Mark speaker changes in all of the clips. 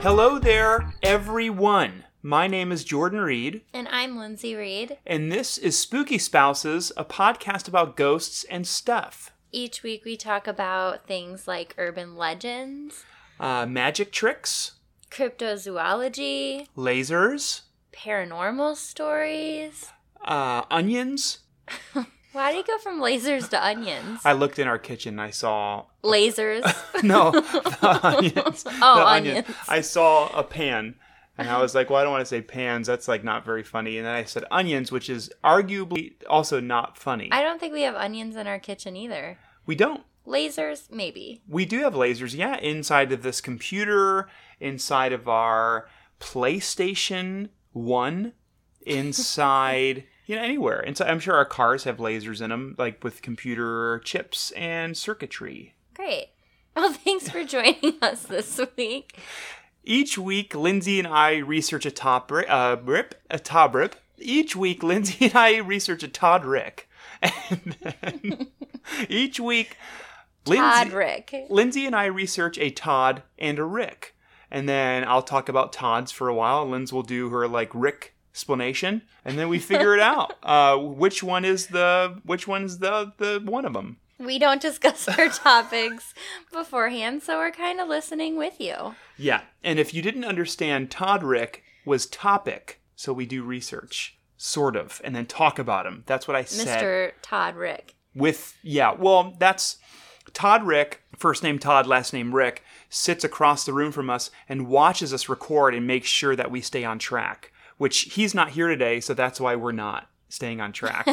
Speaker 1: Hello there, everyone. My name is Jordan Reed,
Speaker 2: And I'm Lindsay Reed.
Speaker 1: and this is Spooky Spouses, a podcast about ghosts and stuff.
Speaker 2: Each week we talk about things like urban legends,
Speaker 1: Uh, magic tricks,
Speaker 2: cryptozoology,
Speaker 1: lasers,
Speaker 2: paranormal stories.
Speaker 1: uh, onions.
Speaker 2: Why do you go from lasers to onions?
Speaker 1: I looked in our kitchen. I saw
Speaker 2: Lasers.
Speaker 1: no the onions.
Speaker 2: Oh,
Speaker 1: the onion.
Speaker 2: onions.
Speaker 1: I saw a pan, and I was like, "Well, I don't want to say pans. That's like not very funny." And then I said onions, which is arguably also not funny.
Speaker 2: I don't think we have onions in our kitchen either.
Speaker 1: we don't.
Speaker 2: Lasers, maybe.
Speaker 1: We do have lasers, yeah, inside of this computer, inside of our PlayStation 1, inside, you know, anywhere. Inside, I'm sure our cars have lasers in them, like with computer chips and circuitry.
Speaker 2: Great. Well, thanks for joining us this week.
Speaker 1: Each week, Lindsay and I research a top ri- uh, rip, a top rip. Each week, Lindsay and I research a Todd Rick. And then each week,
Speaker 2: Todd
Speaker 1: Lindsay,
Speaker 2: Rick.
Speaker 1: Lindsay and I research a Todd and a Rick. And then I'll talk about Todd's for a while. Lindsay will do her like Rick explanation, and then we figure it out uh, which one is the which one's the the one of them.
Speaker 2: We don't discuss our topics beforehand, so we're kind of listening with you.
Speaker 1: Yeah, and if you didn't understand, Todd Rick was topic, so we do research sort of, and then talk about him. That's what I said.
Speaker 2: Mr. Todd Rick.
Speaker 1: with yeah well that's todd rick first name todd last name rick sits across the room from us and watches us record and makes sure that we stay on track which he's not here today so that's why we're not staying on track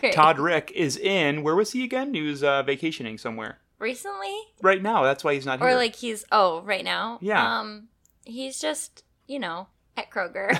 Speaker 2: Great.
Speaker 1: todd rick is in where was he again he was uh, vacationing somewhere
Speaker 2: Recently?
Speaker 1: right now that's why he's not
Speaker 2: Or
Speaker 1: here
Speaker 2: like he's oh right now.
Speaker 1: Yeah.
Speaker 2: Um, he's just you know at Kroger.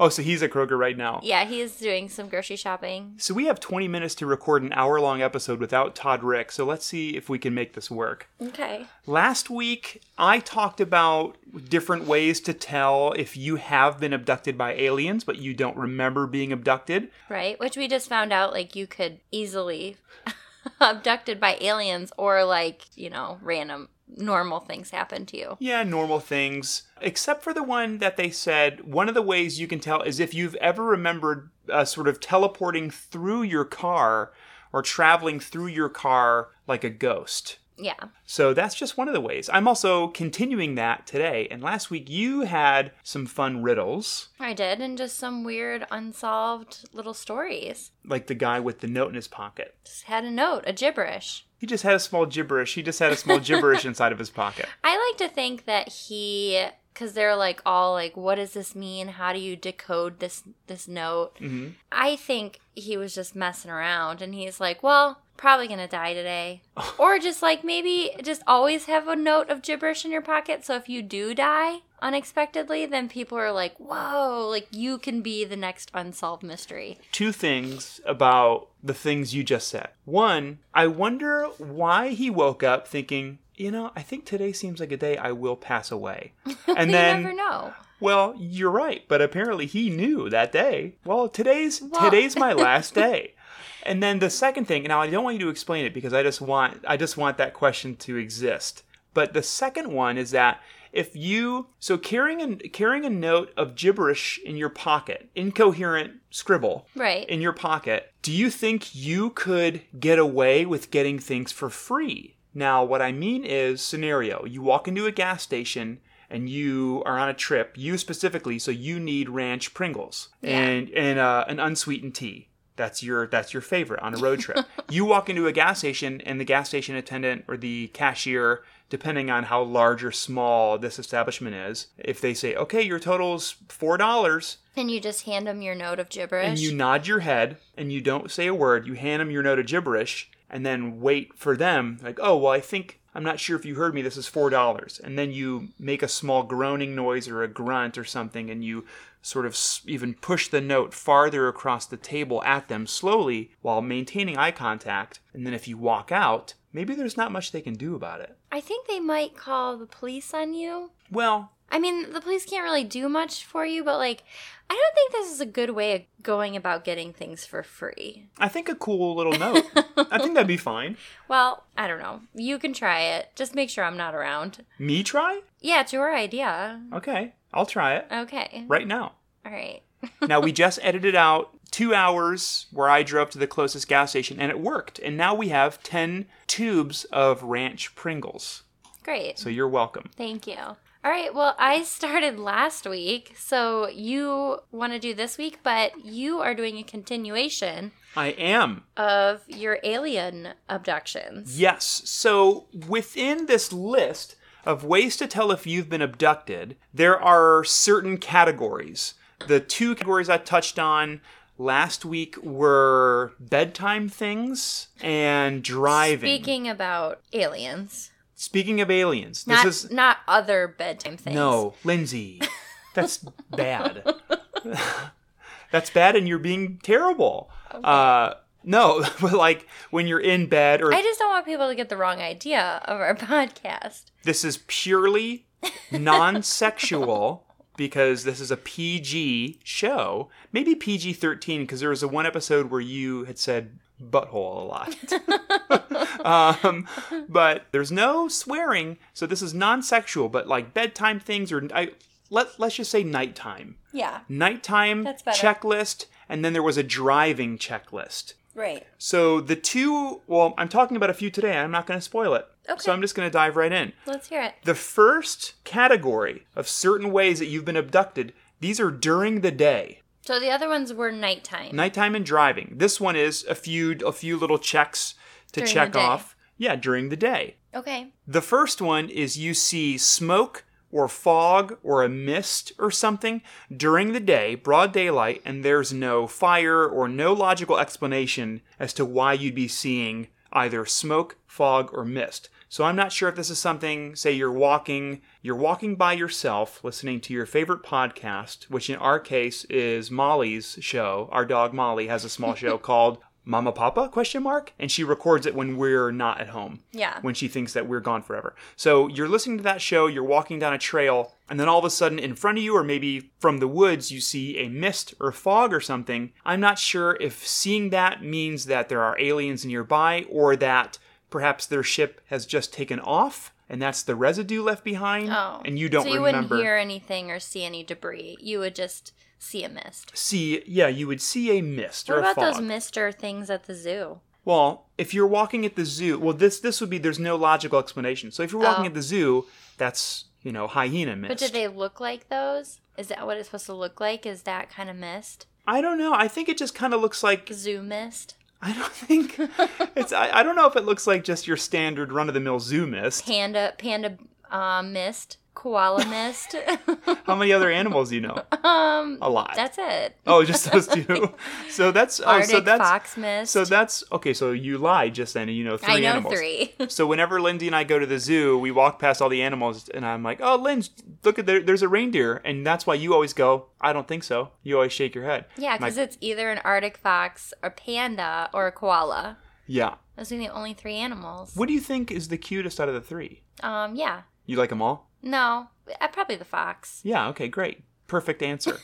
Speaker 1: oh so he's at kroger right now
Speaker 2: yeah, he is doing some grocery shopping.
Speaker 1: so we have 20 minutes to record an hour long episode without todd rick so let's see if we can make this work
Speaker 2: Okay.
Speaker 1: Last week, I talked about different ways to tell if you have been abducted by aliens, but you don't remember being abducted.
Speaker 2: Right, which we just found out like you could easily abducted by aliens or like you know random normal things happen to you.
Speaker 1: Yeah, normal things, except for the one that they said one of the ways you can tell is if you've ever remembered uh, sort of teleporting through your car or traveling through your car like a ghost.
Speaker 2: Yeah.
Speaker 1: So that's just one of the ways. I'm also continuing that today. And last week, you had some fun riddles.
Speaker 2: I did, and just some weird unsolved little stories.
Speaker 1: Like the guy with the note in his pocket.
Speaker 2: Just had a note, a gibberish.
Speaker 1: He just had a small gibberish. He just had a small gibberish inside of his pocket.
Speaker 2: I like to think that he, because they're like all like, what does this mean? How do you decode this this note?
Speaker 1: hmm
Speaker 2: I think he was just messing around, and he's like, well, probably gonna die today, or just like maybe just always have a note of gibberish in your pocket. So if you do die unexpectedly, then people are like, whoa, like you can be the next unsolved mystery.
Speaker 1: Two things about the things you just said. One, I wonder why he woke up thinking, you know, I think today seems like a day I will pass away. And
Speaker 2: you
Speaker 1: then,
Speaker 2: never know.
Speaker 1: well, you're right, but apparently he knew that day. Well, today's
Speaker 2: Well-
Speaker 1: today's my last day. And then the second thing, now I don't want you to explain it because I just want I just want that question to exist. But the second one is that if you so carrying a carrying a note of gibberish in your pocket, incoherent scribble
Speaker 2: Right.
Speaker 1: in your pocket, do you think you could get away with getting things for free? Now, what I mean is scenario. You walk into a gas station and you are on a trip, you specifically, so you need ranch Pringles
Speaker 2: Yeah.
Speaker 1: and and uh, an unsweetened tea. That's your that's your favorite on a road trip. you walk into a gas station and the gas station attendant or the cashier, depending on how large or small this establishment is, if they say, "Okay, your total's four dollars,"
Speaker 2: and you just hand him your note of gibberish.
Speaker 1: and you nod your head and you don't say a word you hand them your note of gibberish and then wait for them like oh well i think i'm not sure if you heard me this is four dollars and then you make a small groaning noise or a grunt or something and you sort of s- even push the note farther across the table at them slowly while maintaining eye contact and then if you walk out maybe there's not much they can do about it
Speaker 2: I think they might call the police on you.
Speaker 1: well
Speaker 2: I mean, the police can't really do much for you, but like, I don't think this is a good way of going about getting things for free.
Speaker 1: I think a cool little note. I think that'd be fine.
Speaker 2: Well, I don't know. You can try it. Just make sure I'm not around.
Speaker 1: Me try?
Speaker 2: Yeah, it's your idea.
Speaker 1: Okay, I'll try it
Speaker 2: Okay.
Speaker 1: right now.
Speaker 2: All right.
Speaker 1: now we just edited out two hours where I drove to the closest gas station, and it worked. And now we have ten tubes of ranch Pringles.
Speaker 2: Great.
Speaker 1: So you're welcome.
Speaker 2: Thank you. All right. Well, I started last week, so you want to do this week, but you are doing a continuation
Speaker 1: I am.
Speaker 2: of your alien abductions.
Speaker 1: Yes. So within this list of ways to tell if you've been abducted, there are certain categories. The two categories I touched on last week were bedtime things and driving.
Speaker 2: Speaking about aliens,
Speaker 1: Speaking of aliens,
Speaker 2: not
Speaker 1: this is
Speaker 2: not other bedtime things.
Speaker 1: no Lindsay. That's bad. That's bad, and you're being terrible. Uh, no, but like when you're in bed or
Speaker 2: I just don't want people to get the wrong idea of our podcast.
Speaker 1: This is purely non sexual because this is a PG show. Maybe PG 13 because there was a one episode where you had said butthole a lot. um, but there's no swearing, so this is non sexual, but like bedtime things or I, let, let's just say nighttime.
Speaker 2: Yeah.
Speaker 1: Nighttime
Speaker 2: That's better.
Speaker 1: checklist, and then there was a driving checklist.
Speaker 2: Right.
Speaker 1: So the two, well, I'm talking about a few today. I'm not going to spoil it.
Speaker 2: Okay.
Speaker 1: So I'm just going to dive right in.
Speaker 2: Let's hear it.
Speaker 1: The first category of certain ways that you've been abducted, these are during the day.
Speaker 2: So the other ones were nighttime.
Speaker 1: Nighttime and driving. This one is a few a few little checks to
Speaker 2: During
Speaker 1: check
Speaker 2: the day.
Speaker 1: off. Yeah, during the day.
Speaker 2: okay.
Speaker 1: The first one is you see smoke or fog or a mist or something during the day, broad daylight, and there's no fire or no logical explanation as to why you'd be seeing either smoke, fog, or mist. So I'm not sure if this is something, say you're walking, you're walking by yourself, listening to your favorite podcast, which in our case is Molly's show. Our dog Molly has a small show called Mama Papa question mark and she records it when we're not at home
Speaker 2: Yeah.
Speaker 1: when she thinks that we're gone forever. So you're listening to that show, you're walking down a trail, and then all of a sudden in front of you, or maybe from the woods, you see a mist or fog or something. I'm not sure if seeing that means that there are aliens nearby or that perhaps their ship has just taken off and that's the residue left behind
Speaker 2: Oh.
Speaker 1: and you don't
Speaker 2: So you
Speaker 1: remember
Speaker 2: wouldn't hear anything or see any debris. You would just see a mist.
Speaker 1: see yeah you would see a mist
Speaker 2: What
Speaker 1: or a
Speaker 2: about
Speaker 1: fog
Speaker 2: those mister things at the zoo?
Speaker 1: Well, if you're walking at the zoo, well, this this would be there's no logical explanation. So if you're walking
Speaker 2: Oh.
Speaker 1: at the zoo, that's you know hyena mist.
Speaker 2: But did they look like those? Is that what it's supposed to look like? Is that kind of mist?
Speaker 1: I don't know. I think it just kind of looks like
Speaker 2: Zoo mist?
Speaker 1: I don't think it's. I, I don't know if it looks like just your standard run of the mill zoo mist.
Speaker 2: Panda panda uh, mist? Koala mist?
Speaker 1: How many other animals do you know?
Speaker 2: um
Speaker 1: A lot.
Speaker 2: that's it.
Speaker 1: oh, just those two. So that's oh,
Speaker 2: Arctic
Speaker 1: so that's
Speaker 2: fox mist.
Speaker 1: so that's okay. So you lied just then, and you know three
Speaker 2: I know
Speaker 1: animals.
Speaker 2: three.
Speaker 1: So whenever Lindsay and I go to the zoo, we walk past all the animals, and I'm like, "Oh, Lindsay, look at there, there's a reindeer," and that's why you always go, "I don't think so." You always shake your head.
Speaker 2: yeah,
Speaker 1: My-
Speaker 2: because it's either an Arctic fox, a panda, or a koala.
Speaker 1: yeah.
Speaker 2: Those are the only three animals.
Speaker 1: What do you think is the cutest out of the three?
Speaker 2: Um, yeah.
Speaker 1: You like them all?
Speaker 2: No, uh, probably the fox.
Speaker 1: Yeah. Okay. Great. Perfect answer.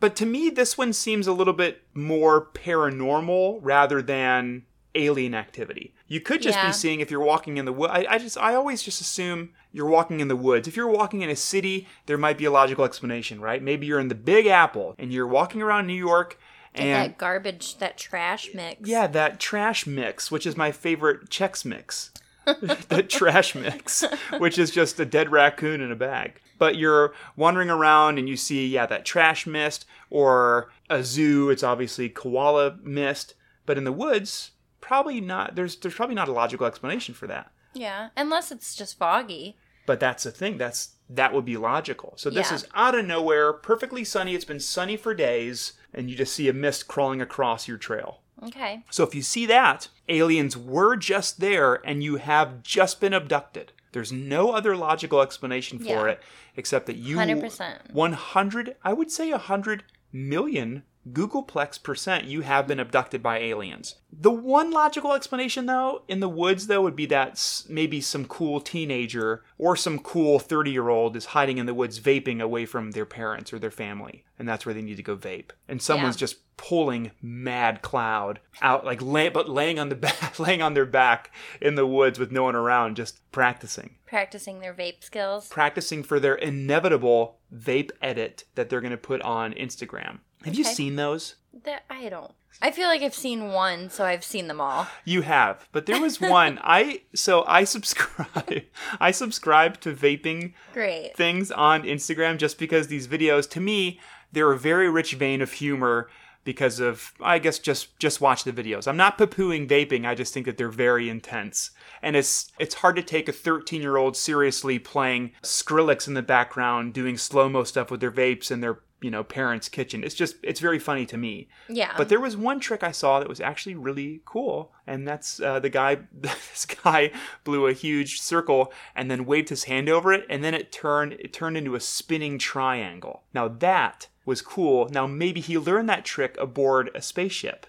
Speaker 1: but to me, this one seems a little bit more paranormal rather than alien activity. You could just
Speaker 2: Yeah.
Speaker 1: be seeing if you're walking in the woods. I, I just, I always just assume you're walking in the woods. If you're walking in a city, there might be a logical explanation, right? Maybe you're in the Big Apple and you're walking around New York.
Speaker 2: Get
Speaker 1: And
Speaker 2: that garbage, that trash mix.
Speaker 1: yeah, that trash mix, which is my favorite Chex mix. the trash mix, which is just a dead raccoon in a bag. But you're wandering around and you see, yeah, that trash mist or a zoo. It's obviously koala mist. But in the woods, probably not. There's there's probably not a logical explanation for that.
Speaker 2: Yeah, unless it's just foggy.
Speaker 1: But that's the thing. That's that would be logical. So this
Speaker 2: Yeah.
Speaker 1: is out of nowhere, perfectly sunny. It's been sunny for days, and you just see a mist crawling across your trail.
Speaker 2: Okay.
Speaker 1: So if you see that, aliens were just there and you have just been abducted. There's no other logical explanation for
Speaker 2: Yeah.
Speaker 1: it except that you
Speaker 2: 100%.
Speaker 1: 100 I would say 100 million Googleplex percent you have been abducted by aliens. The one logical explanation, though, in the woods, though, would be that s- maybe some cool teenager or some cool 30 year old is hiding in the woods vaping away from their parents or their family, and that's where they need to go vape. And someone's
Speaker 2: Yeah.
Speaker 1: just pulling Mad Cloud out, like, lay, but laying on, the back, laying on their back in the woods with no one around, just practicing.
Speaker 2: Practicing their vape skills.
Speaker 1: Practicing for their inevitable vape edit that they're going to put on Instagram. Have you
Speaker 2: Okay.
Speaker 1: seen those?
Speaker 2: That I don't. I feel like I've seen one, so I've seen them all.
Speaker 1: You have, but there was one I so I subscribe I subscribe to vaping
Speaker 2: Great.
Speaker 1: things on Instagram just because these videos to me they're a very rich vein of humor because of I guess just just watch the videos. I'm not poo-pooing vaping. I just think that they're very intense. And it's it's hard to take a 13-year-old seriously playing Skrillex in the background doing slow-mo stuff with their vapes in their, you know, parents' kitchen. It's just it's very funny to me.
Speaker 2: Yeah.
Speaker 1: But there was one trick I saw that was actually really cool, and that's uh, the guy. This guy blew a huge circle and then waved his hand over it, and then it turned it turned into a spinning triangle. Now that was cool. Now maybe he learned that trick aboard a spaceship.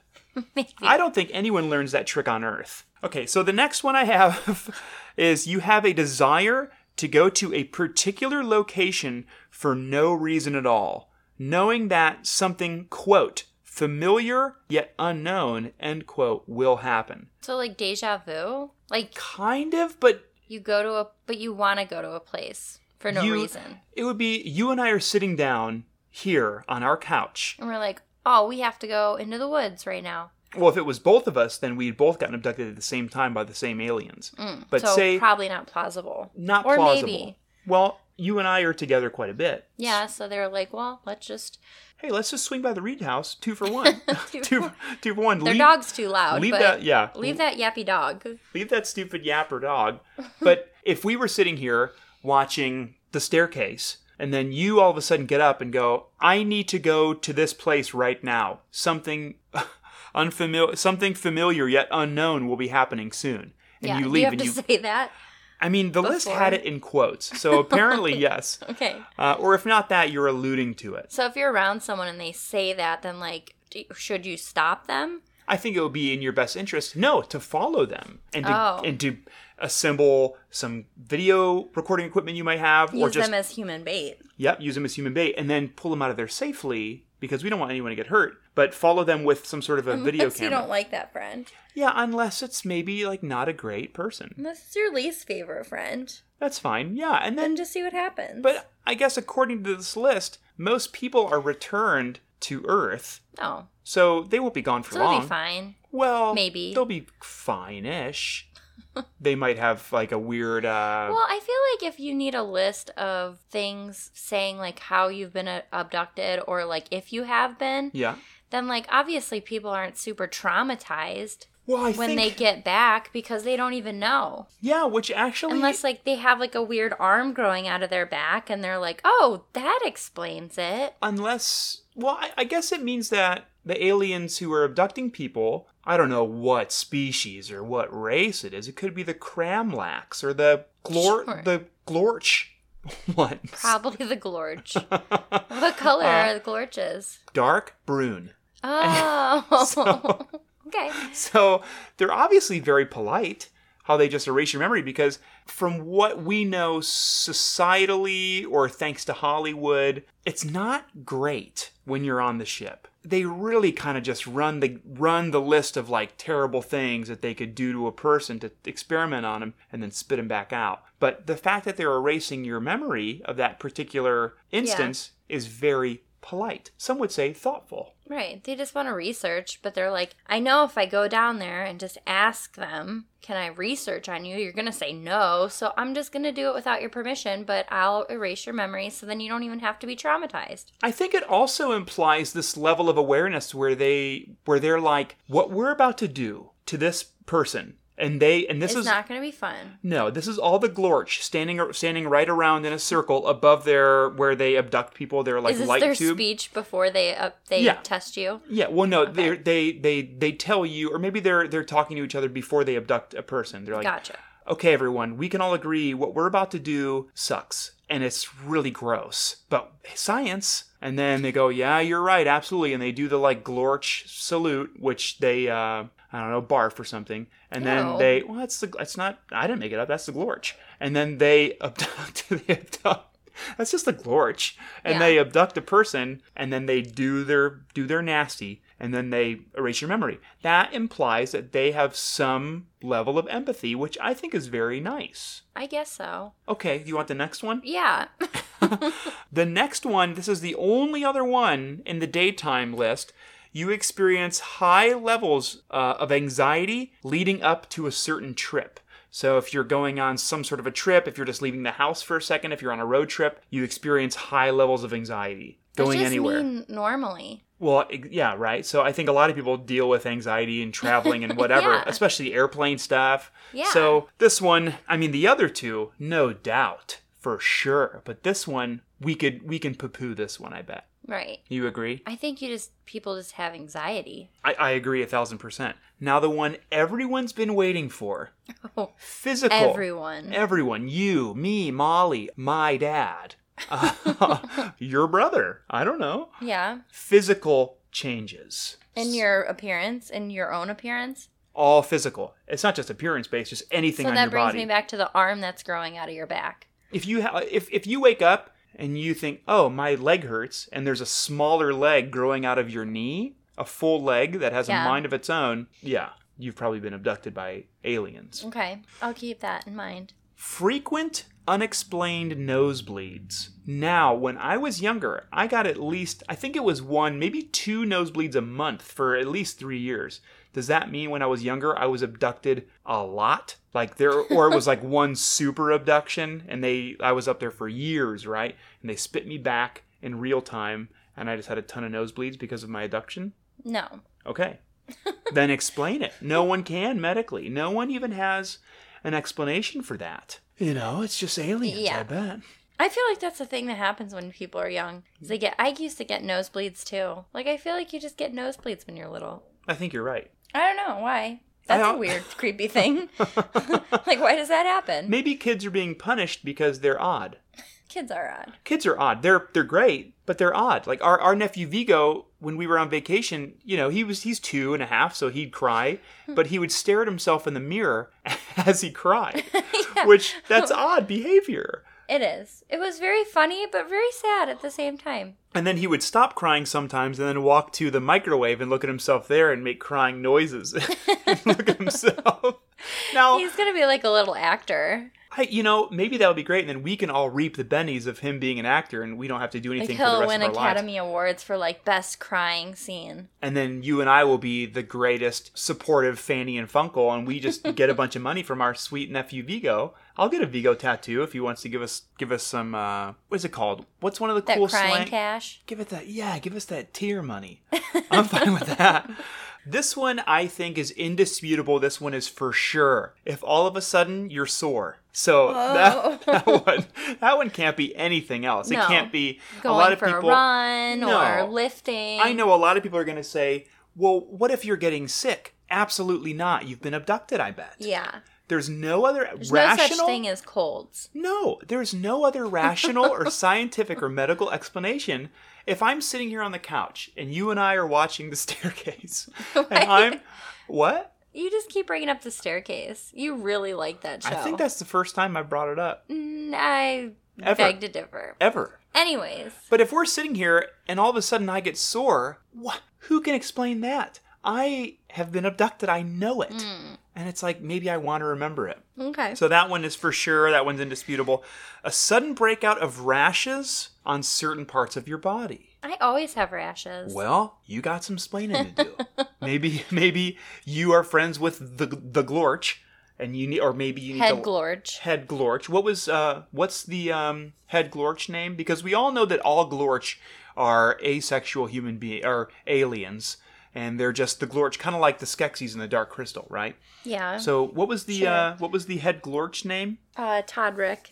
Speaker 2: Maybe.
Speaker 1: I don't think anyone learns that trick on Earth. Okay, so the next one I have is you have a desire to go to a particular location for no reason at all, knowing that something, quote, familiar yet unknown, end quote, will happen.
Speaker 2: So like deja vu? Like
Speaker 1: Kind of, but
Speaker 2: you go to a but you want to go to a place for no
Speaker 1: you,
Speaker 2: reason.
Speaker 1: It would be you and I are sitting down here on our couch.
Speaker 2: And we're like, "Oh, we have to go into the woods right now."
Speaker 1: Well, if it was both of us, then we'd both gotten abducted at the same time by the same aliens. but
Speaker 2: so
Speaker 1: say
Speaker 2: probably not plausible.
Speaker 1: not
Speaker 2: or
Speaker 1: plausible.
Speaker 2: maybe.
Speaker 1: Well, you and I are together quite a bit.
Speaker 2: Yeah, so they're like, "Well, let's just
Speaker 1: Hey, let's just swing by the Reed House, two for one.
Speaker 2: Two
Speaker 1: two,
Speaker 2: for-
Speaker 1: for, two for one.
Speaker 2: Their
Speaker 1: leave,
Speaker 2: dog's too loud.
Speaker 1: leave
Speaker 2: but
Speaker 1: that, yeah,
Speaker 2: Leave that yappy dog.
Speaker 1: leave that stupid yapper dog. But if we were sitting here watching the staircase, and then you all of a sudden get up and go, I need to go to this place right now. Something unfamiliar, something familiar yet unknown will be happening soon. And
Speaker 2: yeah,
Speaker 1: you leave,
Speaker 2: have
Speaker 1: and
Speaker 2: to
Speaker 1: you.
Speaker 2: say that.
Speaker 1: I mean, the list
Speaker 2: before.
Speaker 1: had it in quotes, so apparently yes.
Speaker 2: Okay.
Speaker 1: Uh, or if not that, you're alluding to it.
Speaker 2: So if you're around someone and they say that, then like, do, should you stop them?
Speaker 1: I think it would be in your best interest, no, to follow them and to,
Speaker 2: Oh.
Speaker 1: and to assemble some video recording equipment you might have,
Speaker 2: Use
Speaker 1: or just
Speaker 2: them as human bait.
Speaker 1: yep, use them as human bait, and then pull them out of there safely because we don't want anyone to get hurt. But follow them with some sort of a video
Speaker 2: Unless you
Speaker 1: camera.
Speaker 2: don't like that friend.
Speaker 1: Yeah, unless it's maybe like not a great person,
Speaker 2: Unless it's your least favorite friend.
Speaker 1: that's fine. Yeah, and then
Speaker 2: Then just see what happens.
Speaker 1: but I guess according to this list, most people are returned to Earth,
Speaker 2: no,
Speaker 1: so they won't be gone for
Speaker 2: so
Speaker 1: long.
Speaker 2: it'll be fine.
Speaker 1: Well,
Speaker 2: Maybe.
Speaker 1: they'll be fine-ish. they might have like a weird. uh
Speaker 2: Well, I feel like if you need a list of things saying like how you've been uh, abducted or like if you have been,
Speaker 1: Yeah.
Speaker 2: then like obviously people aren't super traumatized
Speaker 1: Well, I
Speaker 2: when
Speaker 1: think
Speaker 2: they get back because they don't even know.
Speaker 1: yeah, which actually
Speaker 2: Unless like they have like a weird arm growing out of their back and they're like, "Oh, that explains it."
Speaker 1: unless well, I, I guess it means that the aliens who are abducting people. I don't know what species or what race it is. It could be the Cramlax or the glor
Speaker 2: Sure.
Speaker 1: the Glorch ones.
Speaker 2: Probably the glorge. what color
Speaker 1: Uh,
Speaker 2: are the glorches?
Speaker 1: Dark brune.
Speaker 2: Oh.
Speaker 1: so-
Speaker 2: okay.
Speaker 1: So they're obviously very polite how they just erase your memory because from what we know societally or thanks to Hollywood, it's not great when you're on the ship. They really kind of just run the run the list of like terrible things that they could do to a person to experiment on them and then spit them back out. But the fact that they're erasing your memory of that particular instance is very polite. Some would say thoughtful.
Speaker 2: Right. They just want to research, but they're like, I know if I go down there and just ask them, can I research on you? You're going to say no. So I'm just going to do it without your permission, but I'll erase your memory so then you don't even have to be traumatized.
Speaker 1: I think it also implies this level of awareness where they where they're like, what we're about to do to this person, and they and this
Speaker 2: it's
Speaker 1: is
Speaker 2: not going to be fun.
Speaker 1: no, this is all the glorch standing ar- standing right around in a circle above their where they abduct people. They're like
Speaker 2: Is this
Speaker 1: light
Speaker 2: their
Speaker 1: tube.
Speaker 2: speech before they uh, they
Speaker 1: Yeah.
Speaker 2: test you?
Speaker 1: Yeah, well, no, they're they they they tell you, or maybe they're they're talking to each other before they abduct a person. They're like,
Speaker 2: Gotcha.
Speaker 1: okay, everyone, we can all agree what we're about to do sucks. and it's really gross. But science. And then they go, yeah, you're right, absolutely. And they do the like glorch salute, which they, uh, I don't know, barf or something. And then
Speaker 2: Ew.
Speaker 1: they, well, that's the, that's not, I didn't make it up. That's the glorch. And then they abduct, they abduct. That's just the glorch. And
Speaker 2: Yeah.
Speaker 1: they abduct a person, and then they do their do their nasty, and then they erase your memory. That implies that they have some level of empathy, which I think is very nice.
Speaker 2: I guess so.
Speaker 1: Okay, you want the next one?
Speaker 2: Yeah.
Speaker 1: The next one, this is the only other one in the daytime list. You experience high levels uh, of anxiety leading up to a certain trip. So, if you're going on some sort of a trip, if you're just leaving the house for a second, if you're on a road trip, you experience high levels of anxiety
Speaker 2: I
Speaker 1: going
Speaker 2: just
Speaker 1: anywhere.
Speaker 2: mean normally.
Speaker 1: Well, ex- yeah, right. So I think a lot of people deal with anxiety and traveling and whatever,
Speaker 2: Yeah.
Speaker 1: especially airplane stuff.
Speaker 2: Yeah.
Speaker 1: So this one, I mean, the other two, no doubt for sure, but this one, we could we can poo-poo this one. I bet
Speaker 2: Right.
Speaker 1: you agree.
Speaker 2: I think you just people just have anxiety.
Speaker 1: I, I agree a thousand percent. Now the one everyone's been waiting for,
Speaker 2: Oh,
Speaker 1: physical.
Speaker 2: Everyone.
Speaker 1: Everyone, you, me, Molly, my dad, your brother. I don't know.
Speaker 2: yeah.
Speaker 1: Physical changes.
Speaker 2: In your appearance, in your own appearance.
Speaker 1: all physical. It's not just appearance based, just anything
Speaker 2: So
Speaker 1: on
Speaker 2: that
Speaker 1: your
Speaker 2: brings
Speaker 1: body.
Speaker 2: me back to the arm that's growing out of your back.
Speaker 1: If you ha- if if you wake up and you think, "Oh, my leg hurts," and there's a smaller leg growing out of your knee, a full leg that has
Speaker 2: Yeah.
Speaker 1: a mind of its own, yeah, you've probably been abducted by aliens.
Speaker 2: Okay. I'll keep that in mind.
Speaker 1: Frequent unexplained nosebleeds. Now, when I was younger, I got at least I think it was one, maybe two nosebleeds a month for at least 3 years. Does that mean when I was younger I was abducted a lot? Like there or it was like one super abduction and they I was up there for years, right? And they spit me back in real time and I just had a ton of nosebleeds because of my abduction?
Speaker 2: No.
Speaker 1: Okay. then explain it. No one can medically. No one even has an explanation for that. You know, it's just aliens,
Speaker 2: Yeah.
Speaker 1: I bet.
Speaker 2: I feel like that's the thing that happens when people are young. Is they get I used to get nosebleeds too. Like I feel like you just get nosebleeds when you're little.
Speaker 1: I think you're right.
Speaker 2: I don't know why. That's
Speaker 1: I-
Speaker 2: a weird, creepy thing. like why does that happen?
Speaker 1: Maybe kids are being punished because they're odd.
Speaker 2: Kids are odd.
Speaker 1: Kids are odd. They're they're great, but they're odd. Like our, our nephew Vigo, when we were on vacation, you know, he was he's two and a half, so he'd cry, but he would stare at himself in the mirror as he cried. Which that's odd behavior.
Speaker 2: It is. It was very funny, but very sad at the same time.
Speaker 1: And then he would stop crying sometimes and then walk to the microwave and look at himself there and make crying noises and look at himself. Now,
Speaker 2: He's gonna be like a little actor.
Speaker 1: I, you know, maybe that would be great. And then we can all reap the bennies of him being an actor and we don't have to do
Speaker 2: Like
Speaker 1: anything for the
Speaker 2: he'll
Speaker 1: rest
Speaker 2: win
Speaker 1: of our lives.
Speaker 2: Academy Awards for like best crying scene.
Speaker 1: And then you and I will be the greatest supportive Fanny and Funkle and we just get a bunch of money from our sweet nephew Vigo. I'll get a Vigo tattoo if he wants to give us give us some uh what's it called? What's one of the
Speaker 2: That
Speaker 1: cool
Speaker 2: crying
Speaker 1: slang?
Speaker 2: cash.
Speaker 1: Give it that, yeah, give us that tier money. I'm fine with that. This one I think is indisputable. This one is for sure. If all of a sudden you're sore. So that, that one that one can't be anything else.
Speaker 2: No.
Speaker 1: It can't be
Speaker 2: Going
Speaker 1: a lot of
Speaker 2: for
Speaker 1: people
Speaker 2: a run
Speaker 1: No.
Speaker 2: or lifting.
Speaker 1: I know a lot of people are gonna say, Well, what if you're getting sick? Absolutely not. You've been abducted, I bet.
Speaker 2: Yeah.
Speaker 1: There's no other
Speaker 2: There's
Speaker 1: rational
Speaker 2: no such thing as colds.
Speaker 1: no, there's no other rational or scientific or medical explanation. If I'm sitting here on the couch and you and I are watching the staircase and I'm what?
Speaker 2: You just keep bringing up the staircase. You really like that show.
Speaker 1: I think that's the first time I brought it up
Speaker 2: Mm, I
Speaker 1: Ever.
Speaker 2: beg to differ.
Speaker 1: ever.
Speaker 2: Anyways,
Speaker 1: But if we're sitting here and all of a sudden I get sore, wha who can explain that? I have been abducted. I know it. And it's like maybe I want to remember it.
Speaker 2: okay.
Speaker 1: So that one is for sure. That one's indisputable. A sudden breakout of rashes on certain parts of your body.
Speaker 2: I always have rashes.
Speaker 1: Well, you got some splaining to do. maybe maybe you are friends with the the Glorch, and you need, or maybe you need
Speaker 2: Head
Speaker 1: to,
Speaker 2: glorge.
Speaker 1: Head Glorch. What was uh what's the um head Glorch name? Because we all know that all Glorch are asexual human being or aliens, and they're just the Glorch, kind of like the Skeksis in the Dark Crystal, right?
Speaker 2: Yeah.
Speaker 1: So what was the
Speaker 2: Sure.
Speaker 1: uh what was the head Glorch name?
Speaker 2: uh, Todd Rick.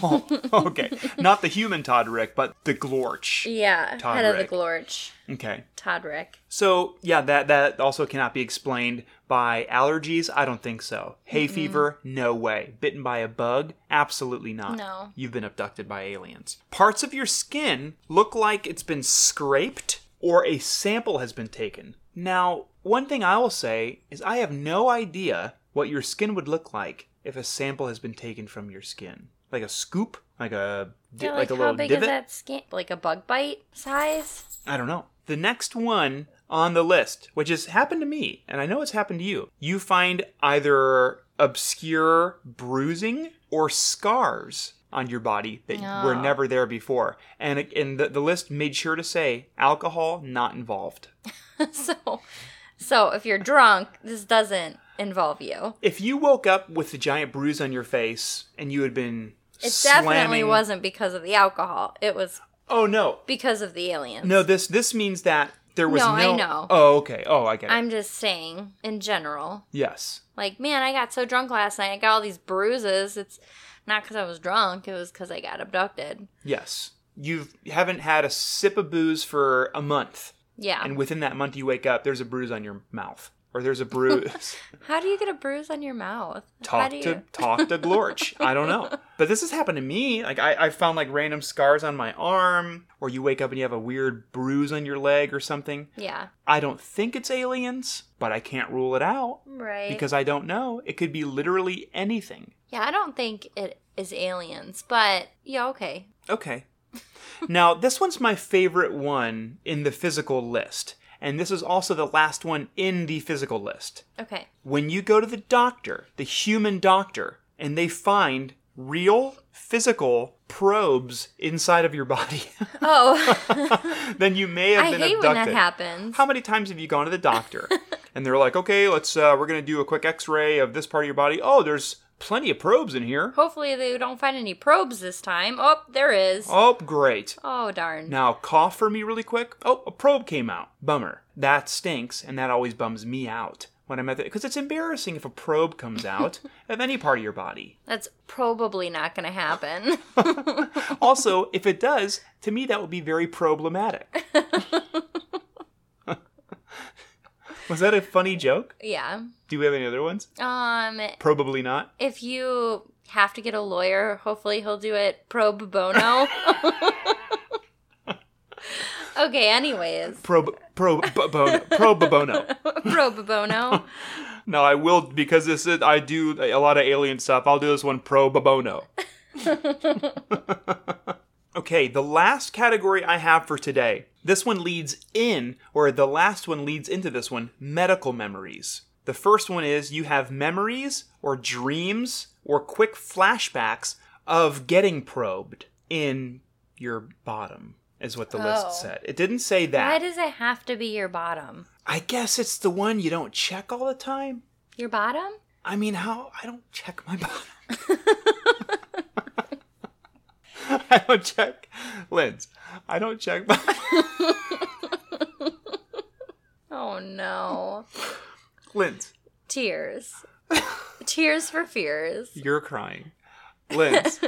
Speaker 1: Oh, okay, not the human Todrick, but the Glorch.
Speaker 2: Yeah.
Speaker 1: Todd
Speaker 2: head of
Speaker 1: Rick.
Speaker 2: the glorge.
Speaker 1: Okay.
Speaker 2: Todd Rick.
Speaker 1: So yeah, that that also cannot be explained. by allergies? I don't think so. Hay fever? No way. Bitten by a bug? Absolutely not.
Speaker 2: No.
Speaker 1: You've been abducted by aliens. Parts of your skin look like it's been scraped or a sample has been taken. Now, one thing I will say is I have no idea what your skin would look like if a sample has been taken from your skin. Like a scoop? Like a di-
Speaker 2: Yeah,
Speaker 1: like, a
Speaker 2: how
Speaker 1: little
Speaker 2: big
Speaker 1: divot?
Speaker 2: is that skin? Like a bug bite size?
Speaker 1: I don't know. The next one on the list, which has happened to me, and I know it's happened to you, you find either obscure bruising or scars on your body that were
Speaker 2: No.
Speaker 1: never there before. And, it- and the, the list made sure to say alcohol not involved.
Speaker 2: so, so if you're drunk, this doesn't involve you.
Speaker 1: If you woke up with a giant bruise on your face and you had been
Speaker 2: It definitely
Speaker 1: slamming-
Speaker 2: wasn't because of the alcohol. It was
Speaker 1: Oh no.
Speaker 2: because of the aliens.
Speaker 1: No, this this means that there was no
Speaker 2: No, I know.
Speaker 1: Oh, okay. Oh, I get it.
Speaker 2: I'm just saying in general.
Speaker 1: yes.
Speaker 2: Like, man, I got so drunk last night. I got all these bruises. It's not because I was drunk. It was because I got abducted.
Speaker 1: Yes. You've haven't had a sip of booze for a month,
Speaker 2: Yeah.
Speaker 1: and within that month you wake up, there's a bruise on your mouth. Or there's a bruise.
Speaker 2: How do you get a bruise on your mouth? How
Speaker 1: talk
Speaker 2: do
Speaker 1: to
Speaker 2: you-
Speaker 1: talk to Glorch. I don't know. But this has happened to me. Like I, I found like random scars on my arm, or you wake up and you have a weird bruise on your leg or something.
Speaker 2: Yeah.
Speaker 1: I don't think it's aliens, but I can't rule it out
Speaker 2: Right.
Speaker 1: because I don't know. It could be literally anything.
Speaker 2: yeah, I don't think it is aliens, but yeah, okay.
Speaker 1: Okay. now, this one's my favorite one in the physical list, and this is also the last one in the physical list.
Speaker 2: Okay.
Speaker 1: When you go to the doctor, the human doctor, and they find real physical probes inside of your body,
Speaker 2: Oh,
Speaker 1: then you may have
Speaker 2: I
Speaker 1: been
Speaker 2: hate
Speaker 1: abducted.
Speaker 2: when that happens.
Speaker 1: How many times have you gone to the doctor and they're like, "Okay, let's uh, we're going to do a quick x-ray of this part of your body. Oh, there's plenty of probes in here."
Speaker 2: Hopefully, they don't find any probes this time. Oh, there is. Oh,
Speaker 1: Oh, great.
Speaker 2: darn.
Speaker 1: Now, cough for me really quick. Oh, a probe came out. Bummer. That stinks, and that always bums me out when I'm at the. Because it's embarrassing if a probe comes out of any part of your body.
Speaker 2: That's probably not going to happen.
Speaker 1: Also, if it does, to me that would be very problematic. Was that a funny joke?
Speaker 2: yeah.
Speaker 1: Do we have any other ones?
Speaker 2: Um,
Speaker 1: Probably not.
Speaker 2: if you have to get a lawyer, hopefully he'll do it pro bono. okay. Anyways,
Speaker 1: Prob pro b- bono. Pro b- bono.
Speaker 2: pro bono.
Speaker 1: No, I will because this is I do a lot of alien stuff. I'll do this one pro bono. okay, the last category I have for today. This one leads in, or the last one leads into this one medical memories. The first one is you have memories or dreams or quick flashbacks of getting probed in your bottom, is what the
Speaker 2: Oh.
Speaker 1: list said. It didn't say that.
Speaker 2: Why does it have to be your bottom?
Speaker 1: I guess it's the one you don't check all the time.
Speaker 2: Your bottom?
Speaker 1: I mean, how I don't check my bottom. I don't check Linz. I don't check my.
Speaker 2: Oh no.
Speaker 1: Linz,
Speaker 2: Tears. Tears for fears.
Speaker 1: you're crying. Linz,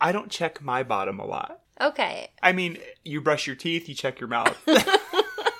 Speaker 1: I don't check my bottom a lot.
Speaker 2: Okay.
Speaker 1: I mean, you brush your teeth, you check your mouth.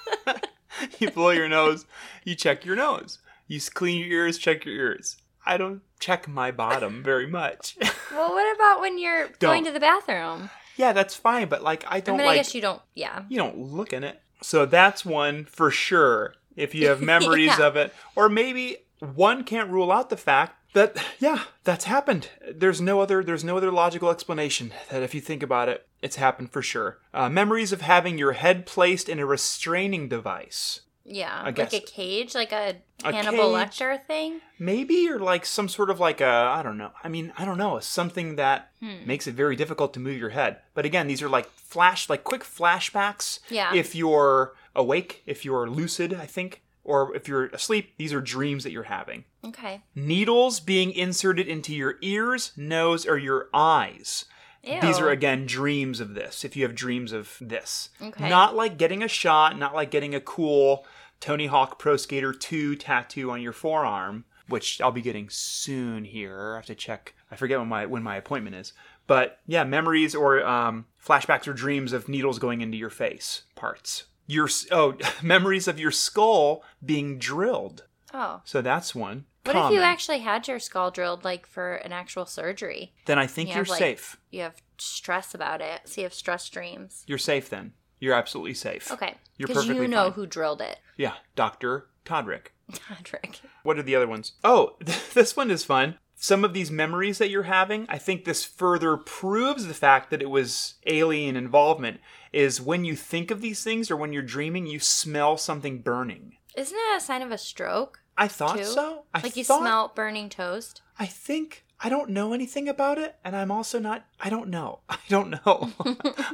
Speaker 1: you blow your nose, you check your nose. You s- clean your ears, check your ears. I don't check my bottom very much.
Speaker 2: Well, what about when you're going
Speaker 1: Don't.
Speaker 2: to the bathroom?
Speaker 1: yeah, that's fine, but like I
Speaker 2: I
Speaker 1: don't
Speaker 2: mean, I
Speaker 1: like
Speaker 2: guess you don't. Yeah.
Speaker 1: you don't look in it. So that's one for sure. If you have memories
Speaker 2: Yeah.
Speaker 1: of it, or maybe one can't rule out the fact that yeah, that's happened. There's no other there's no other logical explanation that if you think about it, it's happened for sure. Uh, memories of having your head placed in a restraining device.
Speaker 2: Yeah.
Speaker 1: guess.
Speaker 2: Like a cage, like a,
Speaker 1: A
Speaker 2: Hannibal
Speaker 1: cage.
Speaker 2: Lecter thing.
Speaker 1: Maybe or like some sort of like a I don't know. I mean, I don't know, something that makes it very difficult to move your head. But again, these are like flash like quick flashbacks.
Speaker 2: Yeah.
Speaker 1: If you're awake, if you're lucid, I think, or if you're asleep, these are dreams that you're having.
Speaker 2: Okay.
Speaker 1: Needles being inserted into your ears, nose, or your eyes.
Speaker 2: Ew.
Speaker 1: These are again dreams of this. If you have dreams of this,
Speaker 2: Okay.
Speaker 1: not like getting a shot, not like getting a cool Tony Hawk Pro Skater 2 tattoo on your forearm, which I'll be getting soon here. I have to check. I forget when my when my appointment is, but yeah, memories or um, flashbacks or dreams of needles going into your face parts. Your s- oh, memories of your skull being drilled.
Speaker 2: Oh.
Speaker 1: So that's one.
Speaker 2: What if you
Speaker 1: Common.
Speaker 2: actually had your skull drilled, like for an actual surgery?
Speaker 1: Then I think
Speaker 2: you
Speaker 1: you're
Speaker 2: have, like-
Speaker 1: safe.
Speaker 2: You have stress about it, so you have stress dreams.
Speaker 1: You're safe then. You're absolutely safe.
Speaker 2: Okay,
Speaker 1: You're
Speaker 2: because you
Speaker 1: perfectly
Speaker 2: know
Speaker 1: fine.
Speaker 2: who drilled it,
Speaker 1: Yeah, Dr. Todrick.
Speaker 2: Patrick.
Speaker 1: What are the other ones? Oh, this one is fun. Some of these memories that you're having, I think this further proves the fact that it was alien involvement. Is when you think of these things or when you're dreaming, you smell something burning.
Speaker 2: Isn't that a sign of a stroke?
Speaker 1: I thought
Speaker 2: too?
Speaker 1: so. I
Speaker 2: like you
Speaker 1: thought-
Speaker 2: smell burning toast.
Speaker 1: I think I don't know anything about it, and I'm also not. I don't know. I don't know.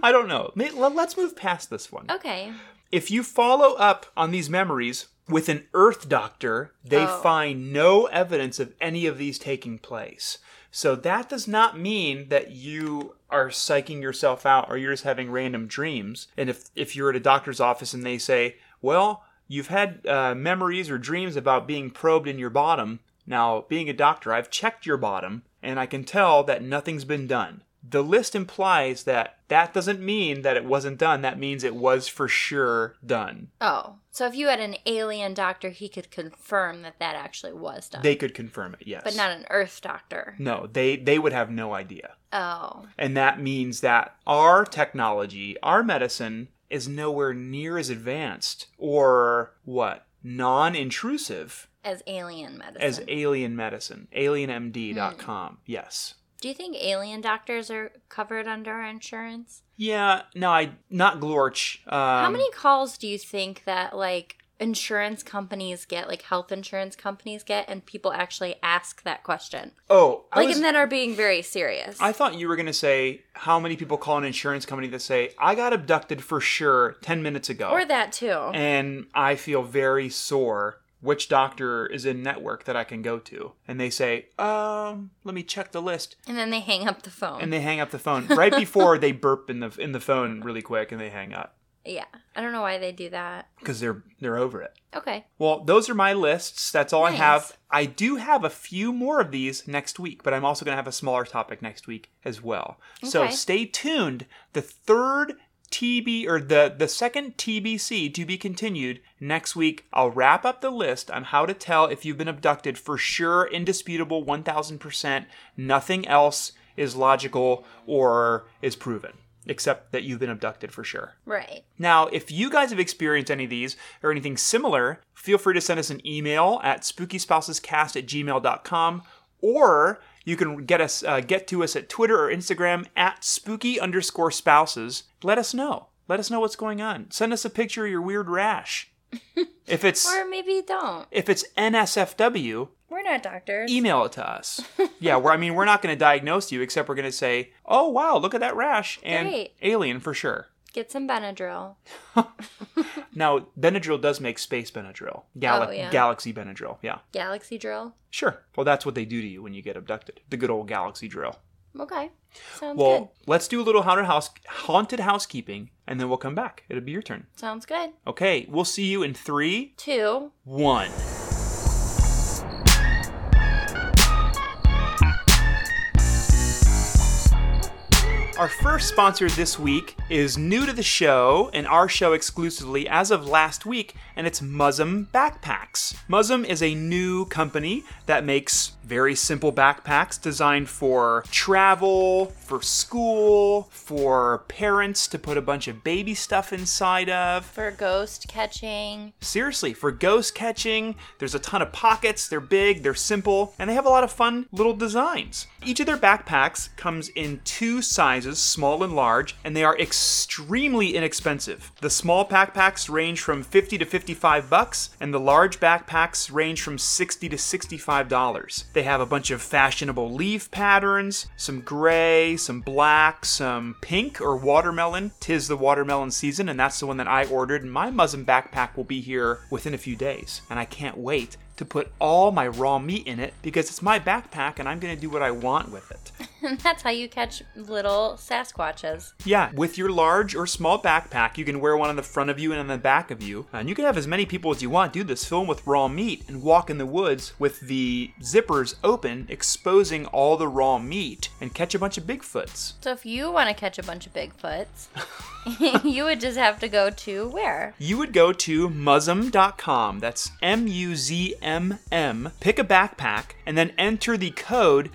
Speaker 1: I don't know. May- let- Let's move past this one.
Speaker 2: Okay.
Speaker 1: If you follow up on these memories with an Earth doctor, they
Speaker 2: Oh.
Speaker 1: find no evidence of any of these taking place. So that does not mean that you are psyching yourself out or you're just having random dreams. And if, if you're at a doctor's office and they say, well, you've had uh, memories or dreams about being probed in your bottom. Now, being a doctor, I've checked your bottom and I can tell that nothing's been done. The list implies that that doesn't mean that it wasn't done. That means it was for sure done.
Speaker 2: Oh, so if you had an alien doctor, he could confirm that that actually was done,
Speaker 1: They could confirm it, yes.
Speaker 2: but not an Earth doctor.
Speaker 1: No, they they would have no idea.
Speaker 2: Oh,
Speaker 1: And that means that our technology, our medicine, is nowhere near as advanced or what? Non intrusive
Speaker 2: as alien medicine.
Speaker 1: as alien medicine. AlienMD.com.
Speaker 2: Hmm.
Speaker 1: Yes.
Speaker 2: Do you think alien doctors are covered under our insurance?
Speaker 1: Yeah, no, I not Glorch. Um,
Speaker 2: How many calls do you think that like insurance companies get, like health insurance companies get, and people actually ask that question?
Speaker 1: Oh, I
Speaker 2: Like,
Speaker 1: was-
Speaker 2: and then are being very serious.
Speaker 1: I thought you were going to say how many people call an insurance company that say, I got abducted for sure 10 minutes ago.
Speaker 2: or that too.
Speaker 1: and I feel very sore. Which doctor is in network that I can go to? And they say, um, let me check the list.
Speaker 2: And then they hang up the phone.
Speaker 1: And they hang up the phone right before they burp in the in the phone really quick and they hang up
Speaker 2: yeah. I don't know why they do that.
Speaker 1: because they're they're over it.
Speaker 2: Okay.
Speaker 1: Well, those are my lists. That's all I have.
Speaker 2: Nice.
Speaker 1: I do have a few more of these next week, but I'm also going to have a smaller topic next week as well. So
Speaker 2: Okay.
Speaker 1: stay tuned. The third TB or the the second TBC to be continued next week. I'll wrap up the list on how to tell if you've been abducted for sure, indisputable, one thousand percent. Nothing else is logical or is proven except that you've been abducted for sure.
Speaker 2: Right.
Speaker 1: Now, if you guys have experienced any of these or anything similar, feel free to send us an email at spookyspousescast at gmail.com or you can get us uh, get to us at Twitter or Instagram at spooky underscore spouses. Let us know. Let us know what's going on. Send us a picture of your weird rash. if it's
Speaker 2: Or maybe don't.
Speaker 1: if it's NSFW,
Speaker 2: We're not doctors.
Speaker 1: email it to us. yeah, we're I mean we're not going to diagnose you except we're going to say, "Oh wow, look at that rash." And
Speaker 2: Great.
Speaker 1: alien for sure.
Speaker 2: Get some Benadryl.
Speaker 1: Now, Benadryl does make space Benadryl. Gal-
Speaker 2: Oh, yeah.
Speaker 1: Galaxy Benadryl, yeah.
Speaker 2: Galaxy drill.
Speaker 1: Sure. Well, that's what they do to you when you get abducted. The good old Galaxy drill.
Speaker 2: Okay. Sounds
Speaker 1: well, let's do a little haunted, house- haunted housekeeping, and then we'll come back. It'll be your turn.
Speaker 2: good. Sounds good.
Speaker 1: Okay, we'll see you in three,
Speaker 2: Two.
Speaker 1: one. Our first sponsor this week is new to the show and our show exclusively as of last week, and it's Muzzum Backpacks. Muzzum is a new company that makes very simple backpacks designed for travel, for school, for parents to put a bunch of baby stuff inside of.
Speaker 2: For ghost catching.
Speaker 1: Seriously, for ghost catching, there's a ton of pockets, they're big, they're simple, and they have a lot of fun little designs. Each of their backpacks comes in two sizes, small and large, and they are extremely inexpensive. The small backpacks range from 50 to 55 bucks, and the large backpacks range from 60 to 65 dollars. They have a bunch of fashionable leaf patterns, some gray, some black, some pink or watermelon. Tis the watermelon season, and that's the one that I ordered. And my Muzzin backpack will be here within a few days, and I can't wait to put all my raw meat in it because it's my backpack, and I'm gonna do what I want with it.
Speaker 2: And that's how you catch little Sasquatches.
Speaker 1: Yeah, with your large or small backpack, you can wear one on the front of you and on the back of you. And you can have as many people as you want do this, fill 'em with raw meat and walk in the woods with the zippers open, exposing all the raw meat and catch a bunch of Bigfoots.
Speaker 2: So if you want to catch a bunch of Bigfoots, you would just have to go to where?
Speaker 1: You would go to muzzum.com. That's M U Z MMM, pick a backpack, and then enter the code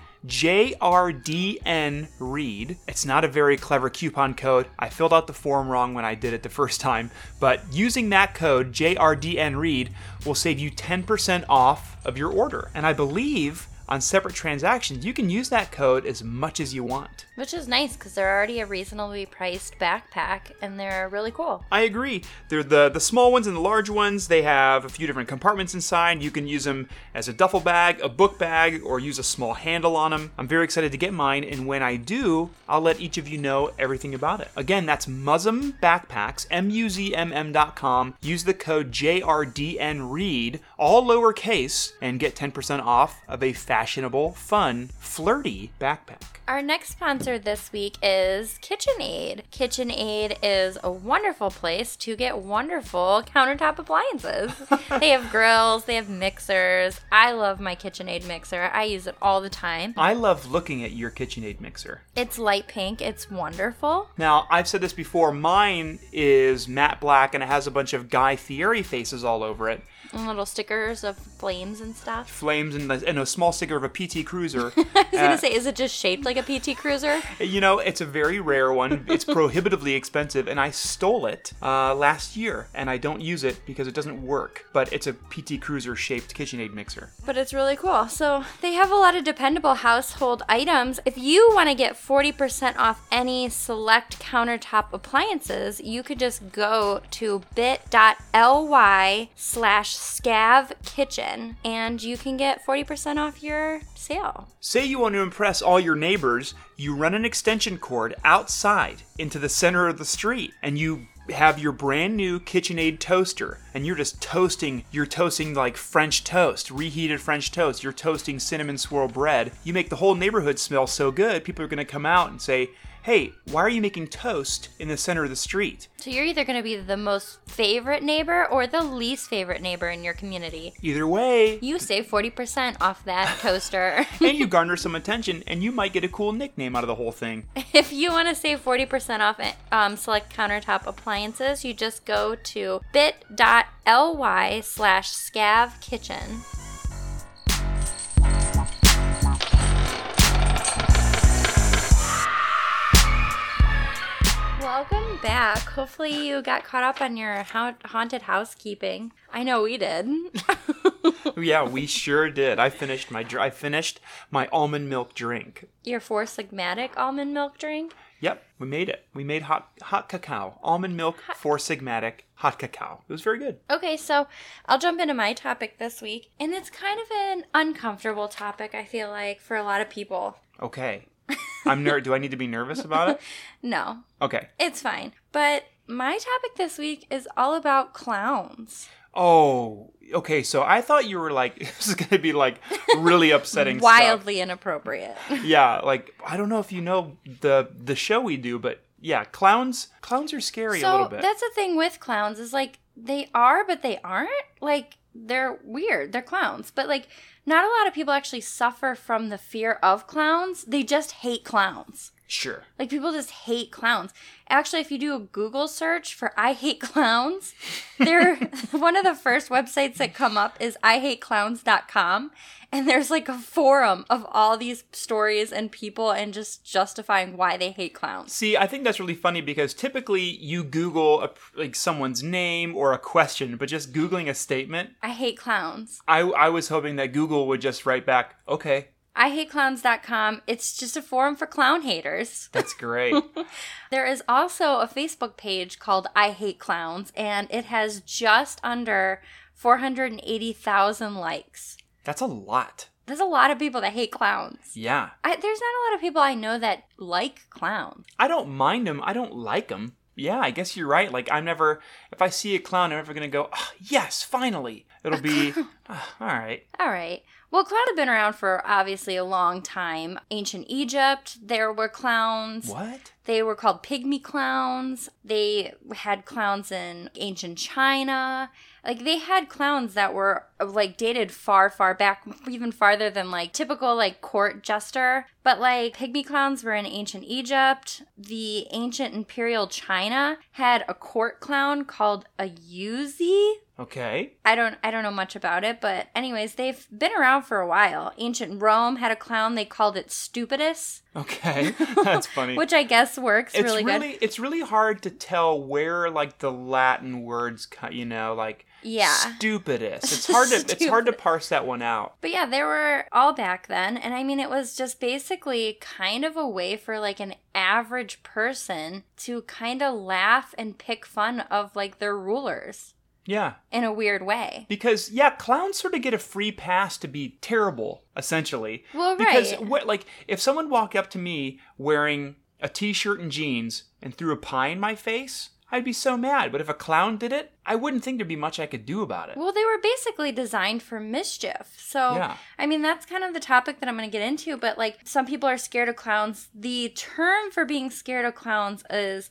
Speaker 1: JRDN read. It's not a very clever coupon code. I filled out the form wrong when I did it the first time, but using that code JRDN read will save you 10% off of your order. And I believe on separate transactions, you can use that code as much as you want.
Speaker 2: Which is nice because they're already a reasonably priced backpack and they're really cool.
Speaker 1: I agree. They're the the small ones and the large ones. They have a few different compartments inside. You can use them as a duffel bag, a book bag, or use a small handle on them. I'm very excited to get mine, and when I do, I'll let each of you know everything about it. Again, that's Muzzum Backpacks, M-U-Z-M-M.com. Use the code JRDNREAD, all lowercase, and get 10% off of a fashionable, fun, flirty backpack.
Speaker 2: Our next sponsor this week is KitchenAid. KitchenAid is a wonderful place to get wonderful countertop appliances. they have grills, they have mixers. I love my KitchenAid mixer, I use it all the time.
Speaker 1: I love looking at your KitchenAid mixer.
Speaker 2: It's light pink, it's wonderful.
Speaker 1: Now, I've said this before, mine is matte black and it has a bunch of Guy Fieri faces all over it.
Speaker 2: And little stickers of flames and stuff.
Speaker 1: Flames and, the, and a small sticker of a PT Cruiser.
Speaker 2: I was gonna say, is it just shaped like a PT Cruiser?
Speaker 1: You know, it's a very rare one. It's prohibitively expensive, and I stole it uh, last year, and I don't use it because it doesn't work. But it's a PT Cruiser shaped KitchenAid mixer.
Speaker 2: But it's really cool. So they have a lot of dependable household items. If you want to get 40% off any select countertop appliances, you could just go to bit.ly slash scav kitchen and you can get 40% off your sale.
Speaker 1: Say you want to impress all your neighbors, you run an extension cord outside into the center of the street and you have your brand new KitchenAid toaster and you're just toasting, you're toasting like French toast, reheated French toast, you're toasting cinnamon swirl bread. You make the whole neighborhood smell so good, people are going to come out and say, Hey, why are you making toast in the center of the street?
Speaker 2: So you're either going to be the most favorite neighbor or the least favorite neighbor in your community.
Speaker 1: Either way,
Speaker 2: You save 40% off that toaster.
Speaker 1: and you garner some attention and you might get a cool nickname out of the whole thing.
Speaker 2: If you want to save 40% off um, select countertop appliances, you just go to bit.ly slash scav kitchen. Welcome back. Hopefully, you got caught up on your hau- haunted housekeeping. I know we did.
Speaker 1: Oh, yeah, we sure did. I finished my dr- I finished my almond milk drink.
Speaker 2: your four sigmatic almond milk drink.
Speaker 1: Yep, we made it. We made hot hot cacao, almond milk, four sigmatic hot cacao. It was very good.
Speaker 2: Okay, so I'll jump into my topic this week, and it's kind of an uncomfortable topic, I feel like, for a lot of people.
Speaker 1: Okay, I'm ner- Do I need to be nervous about it?
Speaker 2: No,
Speaker 1: Okay.
Speaker 2: it's fine. But my topic this week is all about clowns.
Speaker 1: Oh, okay. So I thought you were like this is gonna be like really upsetting. stuff.
Speaker 2: Wildly inappropriate.
Speaker 1: Yeah, like I don't know if you know the the show we do, but yeah, clowns clowns are scary a little
Speaker 2: so
Speaker 1: bit.
Speaker 2: that's the thing with clowns is like they are, but they aren't. Like they're weird. They're clowns, but like not a lot of people actually suffer from the fear of clowns. They just hate clowns.
Speaker 1: sure.
Speaker 2: Like people just hate clowns. Actually, if you do a Google search for "I hate clowns," there one of the first websites that come up is ihateclowns.com, and there's like a forum of all these stories and people and just justifying why they hate clowns.
Speaker 1: See, I think that's really funny because typically you Google a, like someone's name or a question, but just googling a statement,
Speaker 2: I hate clowns.
Speaker 1: I I was hoping that Google would just write back, okay,
Speaker 2: I hate clowns.com. It's just a forum for clown haters.
Speaker 1: that's great.
Speaker 2: There is also a Facebook page called I Hate Clowns, and it has just under 480,000 likes.
Speaker 1: that's a lot.
Speaker 2: There's a lot of people that hate clowns.
Speaker 1: Yeah,
Speaker 2: I, there's not a lot of people I know that like clowns.
Speaker 1: I don't mind them. I don't like them. Yeah, I guess you're right. Like I'm never, if I see a clown, I'm never gonna go, oh, yes, finally. It'll be, "Ah, all right.
Speaker 2: All right. Well, clowns have been around for obviously a long time. Ancient Egypt, there were clowns.
Speaker 1: What?
Speaker 2: They were called pygmy clowns. They had clowns in ancient China. Like they had clowns that were like dated far, far back, even farther than like typical like court jester. But like pygmy clowns were in ancient Egypt. The ancient imperial China had a court clown called a Yuzi.
Speaker 1: Okay.
Speaker 2: I don't I don't know much about it, but anyways, they've been around for a while. Ancient Rome had a clown they called it Stupidus,
Speaker 1: Okay. That's funny.
Speaker 2: which I guess works
Speaker 1: it's
Speaker 2: really,
Speaker 1: really,
Speaker 2: good.
Speaker 1: it's really hard to tell where like the Latin words, co- you know, like
Speaker 2: Yeah.
Speaker 1: stupidest. It's hard to it's hard to
Speaker 2: Stupid.
Speaker 1: parse that one out.
Speaker 2: But yeah, there were all back then, and I mean it was just basically kind of a way for like an average person to kind of laugh and pick fun of like their rulers
Speaker 1: Yeah,
Speaker 2: in a weird way.
Speaker 1: because yeah, clowns sort of get a free pass to be terrible, essentially.
Speaker 2: Well,
Speaker 1: Because
Speaker 2: right.
Speaker 1: what like if someone walked up to me wearing a t-shirt and jeans and threw a pie in my face, I'd be so mad. But if a clown did it, I wouldn't think there'd be much I could do about it.
Speaker 2: Well, they were basically designed for mischief. So,
Speaker 1: Yeah.
Speaker 2: I mean, that's kind of the topic that I'm going to get into. But, like, some people are scared of clowns. The term for being scared of clowns is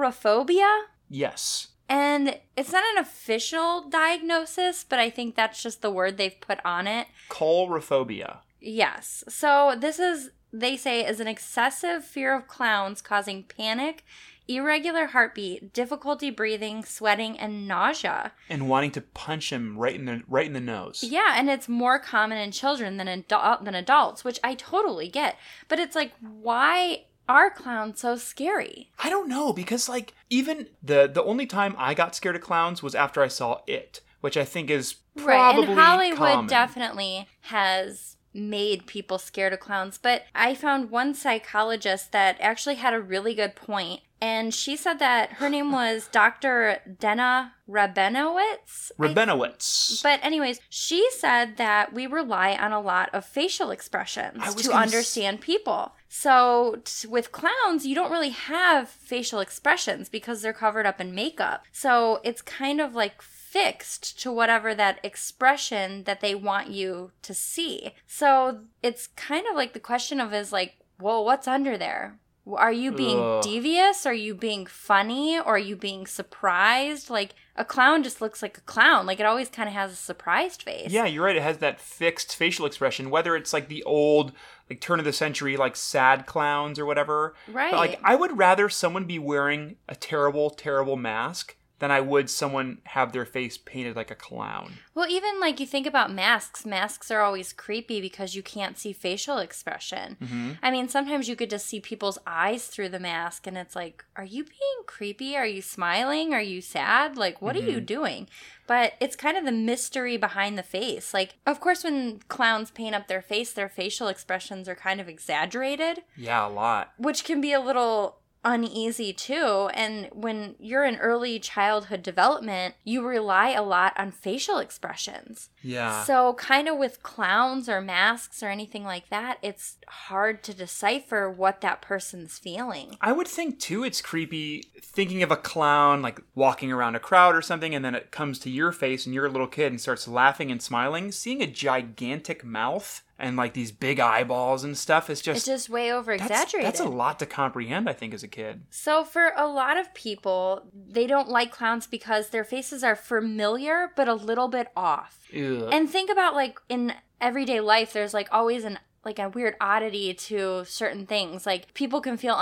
Speaker 2: chorophobia.
Speaker 1: yes.
Speaker 2: And it's not an official diagnosis, but I think that's just the word they've put on it.
Speaker 1: Colrophobia.
Speaker 2: Yes. So, this is, they say, is an excessive fear of clowns causing panic, irregular heartbeat, difficulty breathing, sweating, and nausea.
Speaker 1: And wanting to punch him right in the right in the nose.
Speaker 2: Yeah, and it's more common in children than adult than adults, which I totally get. But it's like, why are clowns so scary?
Speaker 1: I don't know because like even the the only time I got scared of clowns was after I saw it, which I think is probably
Speaker 2: right, and Hollywood
Speaker 1: common.
Speaker 2: definitely has made people scared of clowns. But I found one psychologist that actually had a really good point, and she said that her name was Dr. Dena Rabinowitz. I
Speaker 1: Rabinowitz.
Speaker 2: But anyways, she said that we rely on a lot of facial expressions
Speaker 1: I was
Speaker 2: to
Speaker 1: gonna s-
Speaker 2: understand people. So t- with clowns, you don't really have facial expressions because they're covered up in makeup. So it's kind of like fixed to whatever that expression that they want you to see. So it's kind of like the question of is like, well, what's under there? Are you being
Speaker 1: Ugh.
Speaker 2: devious? Are you being funny? Or are you being surprised? Like a clown just looks like a clown. Like it always kind of has a surprised face.
Speaker 1: yeah, you're right. It has that fixed facial expression, whether it's like the old, like turn of the century, like sad clowns or whatever.
Speaker 2: Right.
Speaker 1: But, like I would rather someone be wearing a terrible, terrible mask than I would someone have their face painted like a clown.
Speaker 2: well, even like you think about masks, masks are always creepy because you can't see facial expression.
Speaker 1: Mm-hmm.
Speaker 2: I mean, sometimes you could just see people's eyes through the mask, and it's like, are you being creepy? Are you smiling? Are you sad? Like, what are you
Speaker 1: Mm-hmm.
Speaker 2: doing? But it's kind of the mystery behind the face. Like, of course, when clowns paint up their face, their facial expressions are kind of exaggerated,
Speaker 1: Yeah, a lot.
Speaker 2: which can be a little uneasy too. And when you're in early childhood development, you rely a lot on facial expressions.
Speaker 1: Yeah.
Speaker 2: So, kind of with clowns or masks or anything like that, it's hard to decipher what that person's feeling.
Speaker 1: I would think too it's creepy thinking of a clown like walking around a crowd or something and then it comes to your face and you're a little kid and starts laughing and smiling. Seeing a gigantic mouth and like these big eyeballs and stuff is
Speaker 2: It's
Speaker 1: just,
Speaker 2: just way over
Speaker 1: that's,
Speaker 2: exaggerated.
Speaker 1: that's a lot to comprehend, I think, as a kid.
Speaker 2: So, for a lot of people, they don't like clowns because their faces are familiar but a little bit off.
Speaker 1: Ugh.
Speaker 2: And think about like in everyday life, there's like always an like a weird oddity to certain things. Like people can feel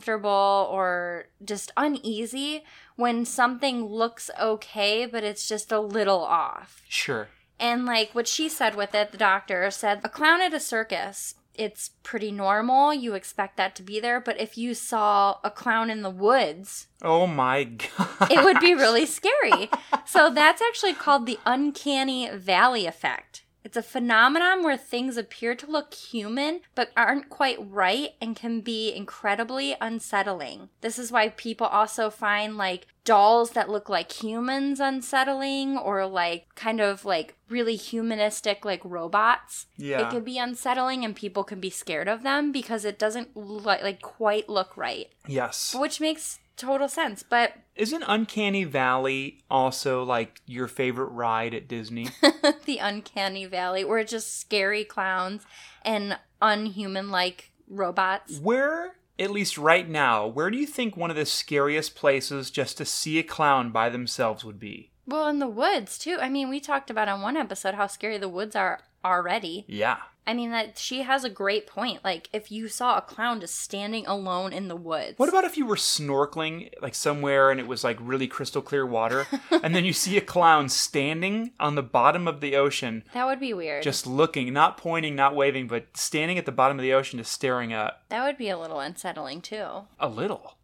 Speaker 2: uncomfortable or just uneasy when something looks okay, but it's just a little off.
Speaker 1: sure.
Speaker 2: And like what she said with it, the doctor said, a clown at a circus, it's pretty normal. You expect that to be there. But if you saw a clown in the woods,
Speaker 1: Oh my god.
Speaker 2: it would be really scary. so that's actually called the uncanny valley effect. It's a phenomenon where things appear to look human but aren't quite right and can be incredibly unsettling. This is why people also find like dolls that look like humans unsettling or like kind of like really humanistic like robots.
Speaker 1: Yeah.
Speaker 2: It can be unsettling and people can be scared of them because it doesn't li- like quite look right,
Speaker 1: Yes.
Speaker 2: which makes total sense. But
Speaker 1: Isn't Uncanny Valley also like your favorite ride at Disney?
Speaker 2: the uncanny valley where it's just scary clowns and unhuman like robots.
Speaker 1: Where, at least right now, where do you think one of the scariest places just to see a clown by themselves would be?
Speaker 2: Well, in the woods too. I mean, we talked about on one episode how scary the woods are already.
Speaker 1: Yeah.
Speaker 2: I mean that she has a great point. Like if you saw a clown just standing alone in the woods.
Speaker 1: What about if you were snorkeling like somewhere and it was like really crystal clear water and then you see a clown standing on the bottom of the ocean
Speaker 2: that would be weird.
Speaker 1: just looking, not pointing, not waving, but standing at the bottom of the ocean just staring up
Speaker 2: that would be a little unsettling too.
Speaker 1: a little.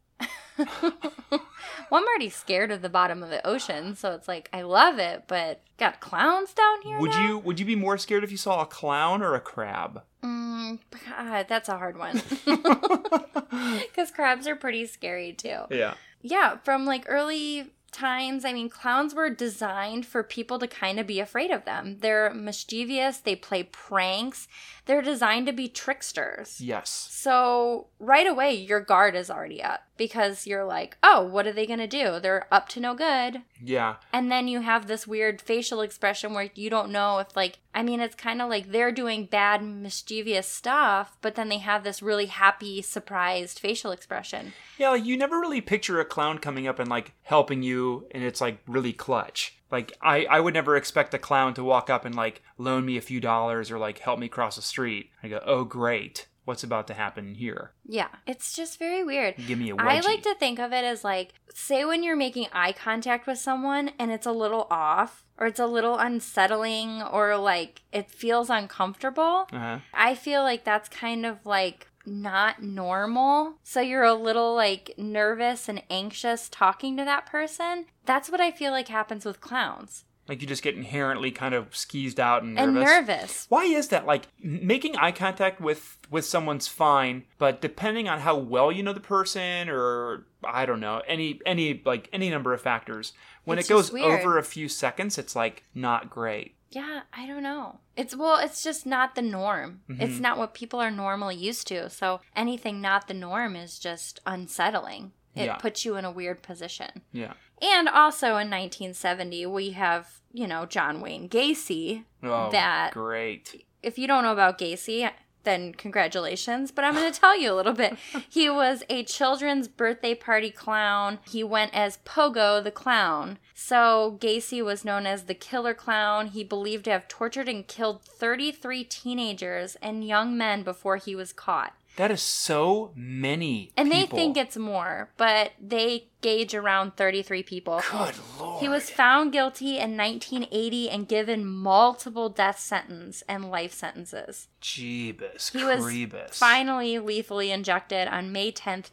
Speaker 2: Well, I'm already scared of the bottom of the ocean, so it's like I love it, but got clowns down here.
Speaker 1: Would
Speaker 2: now?
Speaker 1: you would you be more scared if you saw a clown or a crab?
Speaker 2: Mm, God, that's a hard one. Because crabs are pretty scary too.
Speaker 1: Yeah.
Speaker 2: Yeah, from like early times, I mean, clowns were designed for people to kind of be afraid of them. They're mischievous, they play pranks, they're designed to be tricksters.
Speaker 1: Yes.
Speaker 2: So, right away, your guard is already up because you're like, oh, what are they going to do? They're up to no good.
Speaker 1: Yeah.
Speaker 2: And then you have this weird facial expression where you don't know if, like, I mean, it's kind of like they're doing bad, mischievous stuff, but then they have this really happy, surprised facial expression.
Speaker 1: Yeah, like you never really picture a clown coming up and like helping you and it's like really clutch. Like I, I would never expect a clown to walk up and like loan me a few dollars or like help me cross the street. I go, Oh great, what's about to happen here?
Speaker 2: Yeah, it's just very weird.
Speaker 1: Give me a wedgie.
Speaker 2: I like to think of it as like, say, when you're making eye contact with someone and it's a little off or it's a little unsettling or like it feels uncomfortable.
Speaker 1: uh-huh.
Speaker 2: I feel like that's kind of like not normal. So you're a little like nervous and anxious talking to that person. That's what I feel like happens with clowns
Speaker 1: Like you just get inherently kind of skeezed out and nervous.
Speaker 2: and nervous.
Speaker 1: Why is that? Like m- making eye contact with with someone's fine, but depending on how well you know the person, or I don't know any any like any number of factors, when
Speaker 2: It's
Speaker 1: it goes
Speaker 2: just weird.
Speaker 1: over a few seconds, it's like not great.
Speaker 2: Yeah, I don't know. It's well, it's just not the norm. It's not what people are normally used to. So anything not the norm is just unsettling. It
Speaker 1: Yeah.
Speaker 2: puts you in a weird position.
Speaker 1: Yeah.
Speaker 2: And also in 1970, we have, you know, John Wayne Gacy.
Speaker 1: Oh,
Speaker 2: That-
Speaker 1: great.
Speaker 2: If you don't know about Gacy, then congratulations, but I'm going to tell you a little bit. He was a children's birthday party clown. He went as Pogo the clown. So Gacy was known as the killer clown. He believed to have tortured and killed 33 teenagers and young men before he was caught.
Speaker 1: That is so many.
Speaker 2: And
Speaker 1: people.
Speaker 2: they think it's more, but they gauge around 33 people.
Speaker 1: Good lord.
Speaker 2: He was found guilty in 1980 and given multiple death sentence and life sentences.
Speaker 1: Jeebus.
Speaker 2: He was
Speaker 1: creebus.
Speaker 2: finally lethally injected on May 10th,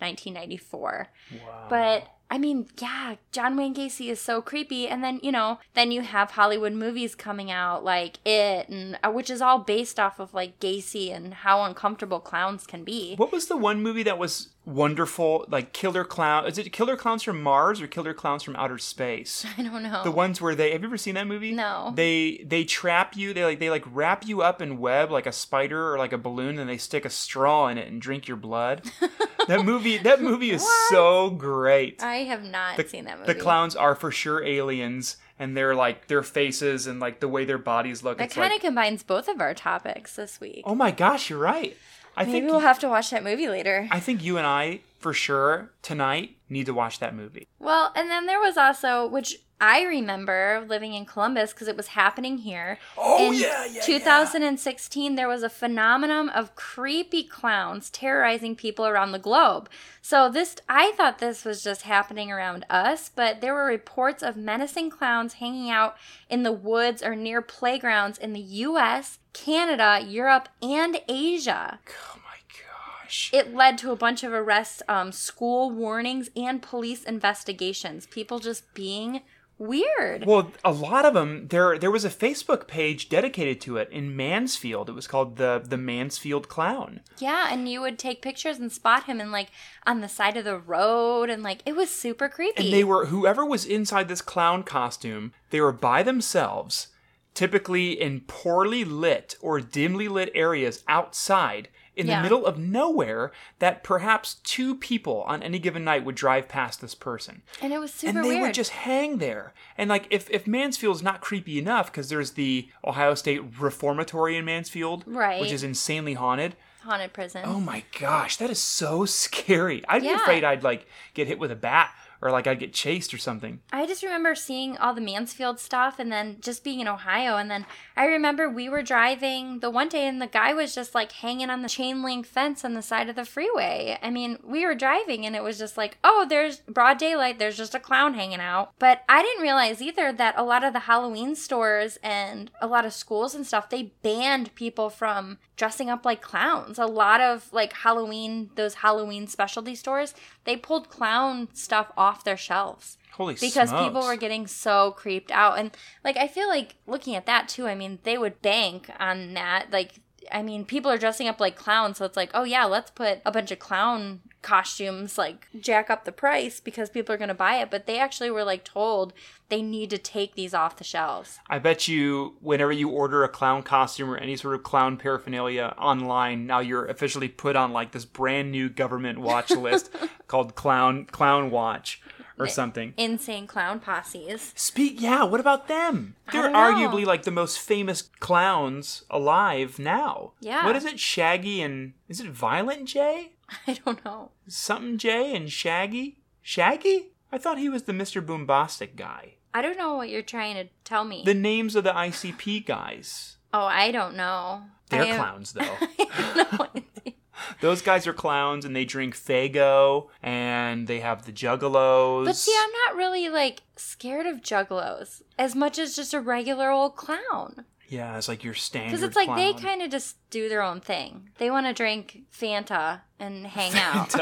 Speaker 2: 1994.
Speaker 1: Wow.
Speaker 2: But I mean, yeah, John Wayne Gacy is so creepy. And then, you know, then you have Hollywood movies coming out like It, and uh, which is all based off of like Gacy and how uncomfortable clowns can be.
Speaker 1: What was the one movie that was wonderful? Like Killer Clown. Is it Killer Clowns from Mars or Killer Clowns from Outer Space?
Speaker 2: I don't know.
Speaker 1: The ones where they have you ever seen that movie?
Speaker 2: No.
Speaker 1: They they trap you. They like they like wrap you up in web like a spider or like a balloon, and they stick a straw in it and drink your blood. that movie that movie is so great.
Speaker 2: I have not seen that movie.
Speaker 1: The clowns are for sure aliens, and they're like their faces and like the way their bodies look.
Speaker 2: That
Speaker 1: it's
Speaker 2: kind of
Speaker 1: like,
Speaker 2: combines both of our topics this week.
Speaker 1: oh my gosh, you're right. I
Speaker 2: Maybe
Speaker 1: think
Speaker 2: we'll have to watch that movie later.
Speaker 1: I think you and I for sure tonight need to watch that movie.
Speaker 2: Well, and then there was also, which I remember living in Columbus because it was happening here.
Speaker 1: Oh,
Speaker 2: in
Speaker 1: yeah, yeah,
Speaker 2: 2016, there was a phenomenon of creepy clowns terrorizing people around the globe. So this, I thought this was just happening around us, but there were reports of menacing clowns hanging out in the woods or near playgrounds in the U.S., Canada, Europe, and Asia.
Speaker 1: Oh my gosh.
Speaker 2: It led to a bunch of arrests, um, school warnings, and police investigations. People just being weird.
Speaker 1: Well, a lot of them. There, there was a Facebook page dedicated to it in Mansfield. It was called the the Mansfield Clown.
Speaker 2: Yeah, and you would take pictures and spot him and like on the side of the road and like it was super creepy.
Speaker 1: And they were whoever was inside this clown costume. They were by themselves, typically in poorly lit or dimly lit areas outside. In
Speaker 2: Yeah.
Speaker 1: the middle of nowhere, that perhaps two people on any given night would drive past this person.
Speaker 2: and it was super
Speaker 1: and they
Speaker 2: weird.
Speaker 1: would just hang there. And like, if if Mansfield's not creepy enough, because there's the Ohio State Reformatory in Mansfield,
Speaker 2: Right.
Speaker 1: which is insanely haunted.
Speaker 2: haunted prison.
Speaker 1: Oh my gosh, that is so scary. I'd
Speaker 2: Yeah.
Speaker 1: be afraid I'd like get hit with a bat or like I'd get chased or something.
Speaker 2: I just remember seeing all the Mansfield stuff and then just being in Ohio. And then I remember we were driving the one day and the guy was just like hanging on the chain link fence on the side of the freeway. I mean, we were driving and it was just like, oh, there's broad daylight, there's just a clown hanging out. But I didn't realize either that a lot of the Halloween stores and a lot of schools and stuff, they banned people from dressing up like clowns. A lot of like Halloween, those Halloween specialty stores, they pulled clown stuff off their shelves
Speaker 1: Holy
Speaker 2: because
Speaker 1: smokes.
Speaker 2: people were getting so creeped out and like i feel like looking at that too i mean they would bank on that like i mean people are dressing up like clowns so it's like oh yeah let's put a bunch of clown costumes like jack up the price because people are going to buy it but they actually were like told they need to take these off the shelves
Speaker 1: I bet you whenever you order a clown costume or any sort of clown paraphernalia online, now you're officially put on like this brand new government watch list called Clown Clown Watch or something.
Speaker 2: insane clown posses
Speaker 1: Speak yeah, what about them? They're
Speaker 2: don't know.
Speaker 1: arguably like the most famous clowns alive now.
Speaker 2: Yeah.
Speaker 1: What is it? Shaggy and is it Violent J?
Speaker 2: i don't know
Speaker 1: Something J and Shaggy? Shaggy? I thought he was the Mr. Boombastic guy.
Speaker 2: i don't know what you're trying to tell me
Speaker 1: The names of the ICP guys.
Speaker 2: oh i don't know
Speaker 1: They're
Speaker 2: I have-
Speaker 1: clowns though.
Speaker 2: I have no idea.
Speaker 1: Those guys are clowns and they drink Fago and they have the juggalos.
Speaker 2: But see, I'm not really like scared of juggalos as much as just a regular old clown.
Speaker 1: Yeah, it's like your standard.
Speaker 2: Because it's like they
Speaker 1: clown.
Speaker 2: kind of just do their own thing. They want to drink Fanta and hang out.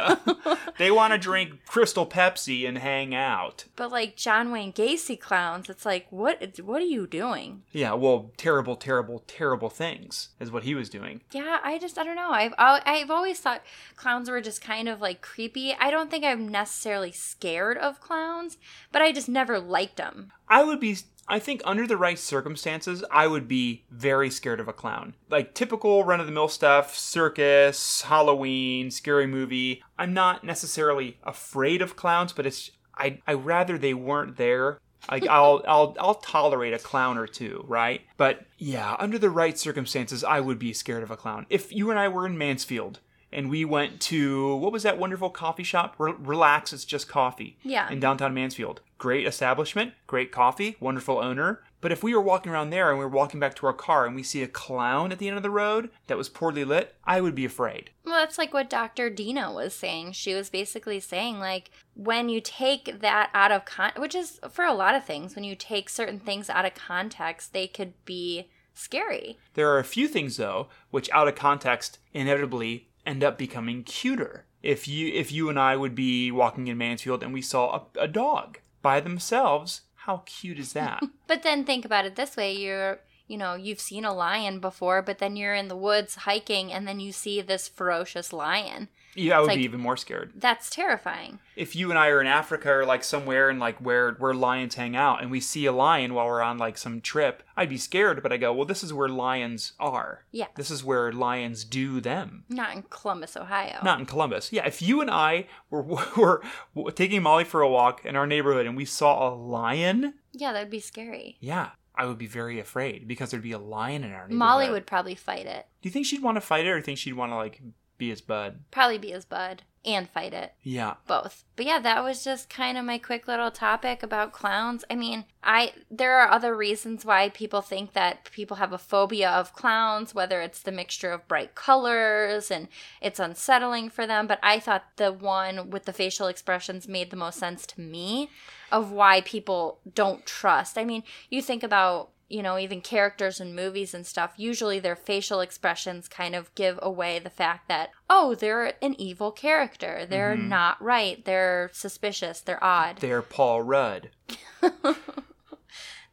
Speaker 1: they want to drink Crystal Pepsi and hang out.
Speaker 2: but like John Wayne Gacy clowns, it's like what what are you doing?
Speaker 1: Yeah, well, terrible, terrible, terrible things is what he was doing.
Speaker 2: Yeah, I just I don't know. I've al- I've always thought clowns were just kind of like creepy. I don't think I'm necessarily scared of clowns, but I just never liked them.
Speaker 1: I would be. I think under the right circumstances, I would be very scared of a clown. Like typical run of the mill stuff, circus, Halloween, scary movie. I'm not necessarily afraid of clowns, but it's I I rather they weren't there. Like I'll I'll I'll tolerate a clown or two, right? But yeah, under the right circumstances, I would be scared of a clown. If you and I were in Mansfield and we went to what was that wonderful coffee shop? Re- Relax, it's just coffee.
Speaker 2: Yeah.
Speaker 1: In downtown Mansfield. Great establishment, great coffee, wonderful owner. But if we were walking around there and we were walking back to our car and we see a clown at the end of the road that was poorly lit, I would be afraid.
Speaker 2: Well, that's like what Dr. Dina was saying. She was basically saying, like, when you take that out of con, which is for a lot of things, when you take certain things out of context, they could be scary.
Speaker 1: There are a few things though which out of context inevitably end up becoming cuter. If you if you and I would be walking in Mansfield and we saw a, a dog by themselves, how cute is that?
Speaker 2: But then think about it this way you're, you know, you've seen a lion before, but then you're in the woods hiking and then you see this ferocious lion.
Speaker 1: yeah, I would
Speaker 2: like-
Speaker 1: be even more scared.
Speaker 2: That's terrifying.
Speaker 1: if you and I are in Africa or like somewhere and like where where lions hang out and we see a lion while we're on like some trip, I'd be scared, but I go, well, this is where lions are.
Speaker 2: Yeah.
Speaker 1: This is where lions do them.
Speaker 2: Not in Columbus, Ohio.
Speaker 1: Not in Columbus. Yeah, if you and I were, were were taking Molly for a walk in our neighborhood and we saw a lion,
Speaker 2: Yeah, that'd be scary.
Speaker 1: yeah, I would be very afraid because there'd be a lion in our neighborhood.
Speaker 2: Molly would probably fight it,
Speaker 1: Do you think she'd want to fight it or think she'd want to like be his bud?
Speaker 2: probably be his bud and fight it.
Speaker 1: Yeah.
Speaker 2: both. But yeah, that was just kind of my quick little topic about clowns. I mean, I there are other reasons why people think that people have a phobia of clowns, whether it's the mixture of bright colors and it's unsettling for them, but I thought the one with the facial expressions made the most sense to me of why people don't trust. I mean, you think about you know, even characters in movies and stuff, usually their facial expressions kind of give away the fact that, oh, they're an evil character. They're
Speaker 1: Mhm.
Speaker 2: not right. They're suspicious. They're odd.
Speaker 1: They're Paul Rudd.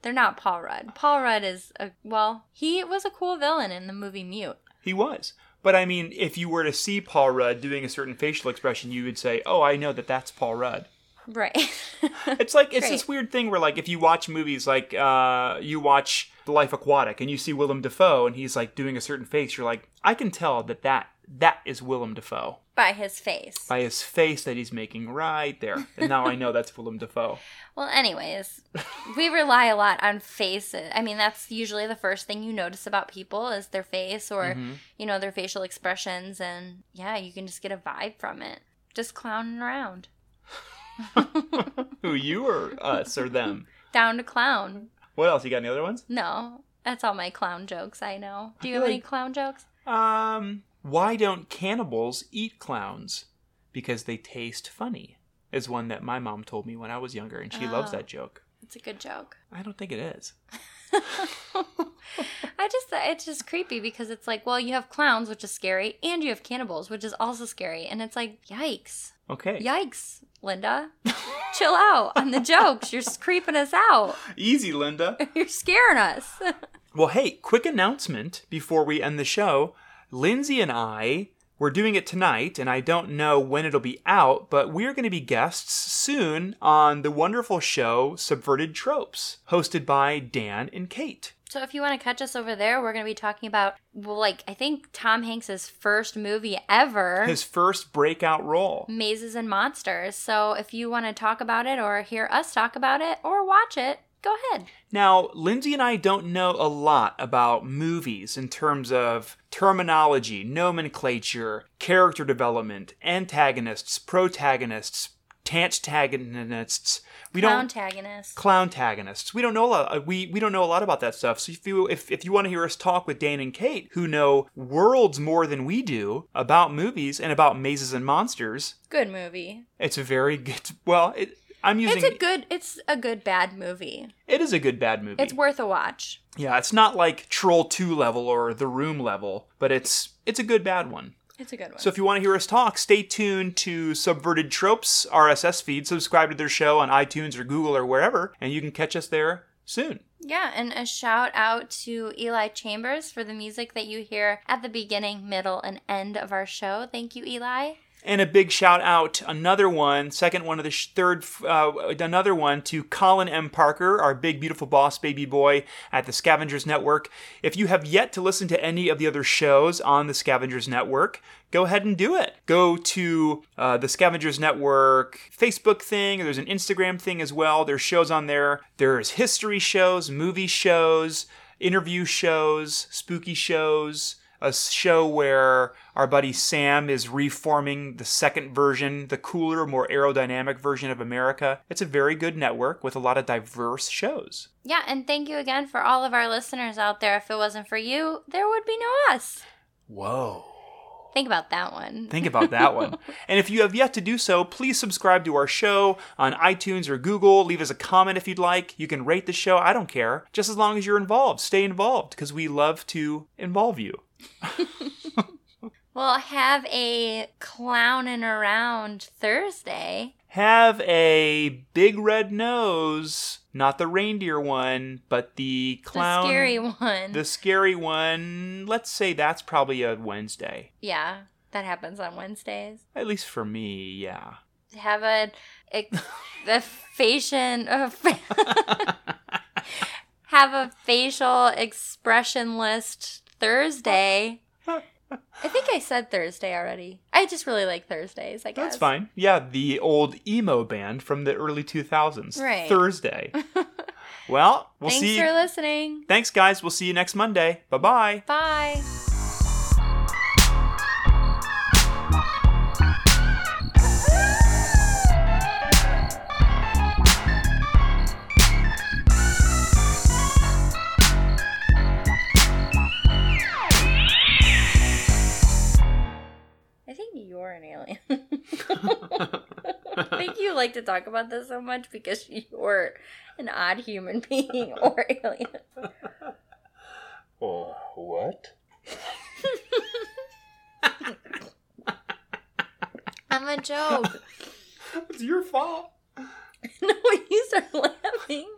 Speaker 2: They're not Paul Rudd. Paul Rudd is a, well, he was a cool villain in the movie Mute.
Speaker 1: He was. But I mean, if you were to see Paul Rudd doing a certain facial expression, you would say, "Oh, I know that that's Paul Rudd."
Speaker 2: Right.
Speaker 1: It's like it's this weird thing where, like, if you watch movies, like uh, you watch The Life Aquatic, and you see Willem Dafoe, and he's like doing a certain face, you're like, "I can tell that that that is Willem Dafoe
Speaker 2: By his face.
Speaker 1: by his face that he's making right there." And now I know that's Willem Dafoe.
Speaker 2: Well, anyways, we rely a lot on faces. I mean, that's usually the first thing you notice about people is their face or,
Speaker 1: Mhm.
Speaker 2: you know, their facial expressions. And yeah, you can just get a vibe from it. Just clowning around.
Speaker 1: Who you or us or them?
Speaker 2: Down to clown.
Speaker 1: What else? You got any other ones?
Speaker 2: No, that's all my clown jokes I know. Do you
Speaker 1: I
Speaker 2: have
Speaker 1: feel
Speaker 2: any
Speaker 1: like-
Speaker 2: clown jokes?
Speaker 1: Um, why don't cannibals eat clowns? Because they taste funny. Is one that my mom told me when I was younger, and she loves
Speaker 2: Oh.
Speaker 1: that joke.
Speaker 2: It's a good joke.
Speaker 1: I don't think it is.
Speaker 2: I just, it's just creepy because it's like, well, you have clowns, which is scary, and you have cannibals, which is also scary. And it's like, yikes.
Speaker 1: Okay.
Speaker 2: Yikes, Linda. Chill out on the jokes. You're s- creeping us out.
Speaker 1: Easy, Linda.
Speaker 2: You're scaring us.
Speaker 1: Well, hey, quick announcement before we end the show. Lindsay and I, we're doing it tonight, and I don't know when it'll be out, but we're going to be guests soon on the wonderful show Subverted Tropes, hosted by Dan and Kate.
Speaker 2: So if you want to catch us over there, we're going to be talking about well, like I think Tom Hanks's first movie ever,
Speaker 1: His first breakout role.
Speaker 2: Mazes and Monsters. So if you want to talk about it or hear us talk about it or watch it, go ahead.
Speaker 1: Now, Lindsay and I don't know a lot about movies in terms of terminology, nomenclature, character development, antagonists, protagonists, tantagonists. We don't
Speaker 2: Antagonist.
Speaker 1: clowntagonists. We don't know a lot. uh, We we don't know a lot about that stuff. So if you if, if you want to hear us talk with Dane and Kate, who know worlds more than we do about movies and about mazes and monsters,
Speaker 2: Good movie.
Speaker 1: it's a very good. Well, it, I'm using.
Speaker 2: It's a good it's a good bad movie.
Speaker 1: it is a good bad movie.
Speaker 2: It's worth a watch.
Speaker 1: yeah, it's not like Troll Two level or The Room level, but it's it's a good bad one.
Speaker 2: It's a good one.
Speaker 1: So if you want to hear us talk, stay tuned to Subverted Tropes RSS feed. Subscribe to their show on iTunes or Google or wherever, and you can catch us there soon.
Speaker 2: Yeah, and a shout out to Eli Chambers for the music that you hear at the beginning, middle, and end of our show. Thank you, Eli.
Speaker 1: And a big shout out, another one, second one of the sh- third, uh, another one to Colin M. Parker, our big, beautiful boss baby boy at the Scavengers Network. If you have yet to listen to any of the other shows on the Scavengers Network, go ahead and do it. Go to uh, the Scavengers Network Facebook thing. There's an Instagram thing as well. There's shows on there. There's history shows, movie shows, interview shows, spooky shows a show where our buddy Sam is reforming the second version, the cooler, more aerodynamic version of America. It's a very good network with a lot of diverse shows.
Speaker 2: Yeah, and thank you again for all of our listeners out there. If it wasn't for you, there would be no us.
Speaker 1: Whoa.
Speaker 2: Think about that one.
Speaker 1: Think about that one. And if you have yet to do so, please subscribe to our show on iTunes or Google. Leave us a comment if you'd like. You can rate the show. I don't care. Just as long as you're involved, stay involved because we love to involve you.
Speaker 2: We'll have a clowning around Thursday.
Speaker 1: have a big red nose, not the reindeer one, but the clown,
Speaker 2: the scary one.
Speaker 1: the scary one. Let's say that's probably a Wednesday,
Speaker 2: yeah, that happens on Wednesdays.
Speaker 1: at least for me. Yeah.
Speaker 2: Have a, a, a facian. A fa- have a facial expression list Thursday. I think I said Thursday already. I just really like Thursdays, I guess.
Speaker 1: That's fine. Yeah, the old emo band from the early 2000s.
Speaker 2: Right.
Speaker 1: Thursday. well, we'll
Speaker 2: Thanks
Speaker 1: see.
Speaker 2: for listening.
Speaker 1: Thanks, guys. We'll see you next Monday. Bye bye.
Speaker 2: Bye. I think you're an alien. I think you like to talk about this so much because you're an odd human being or alien.
Speaker 1: Oh, what?
Speaker 2: I'm a joke.
Speaker 1: It's your fault.
Speaker 2: no, you start laughing.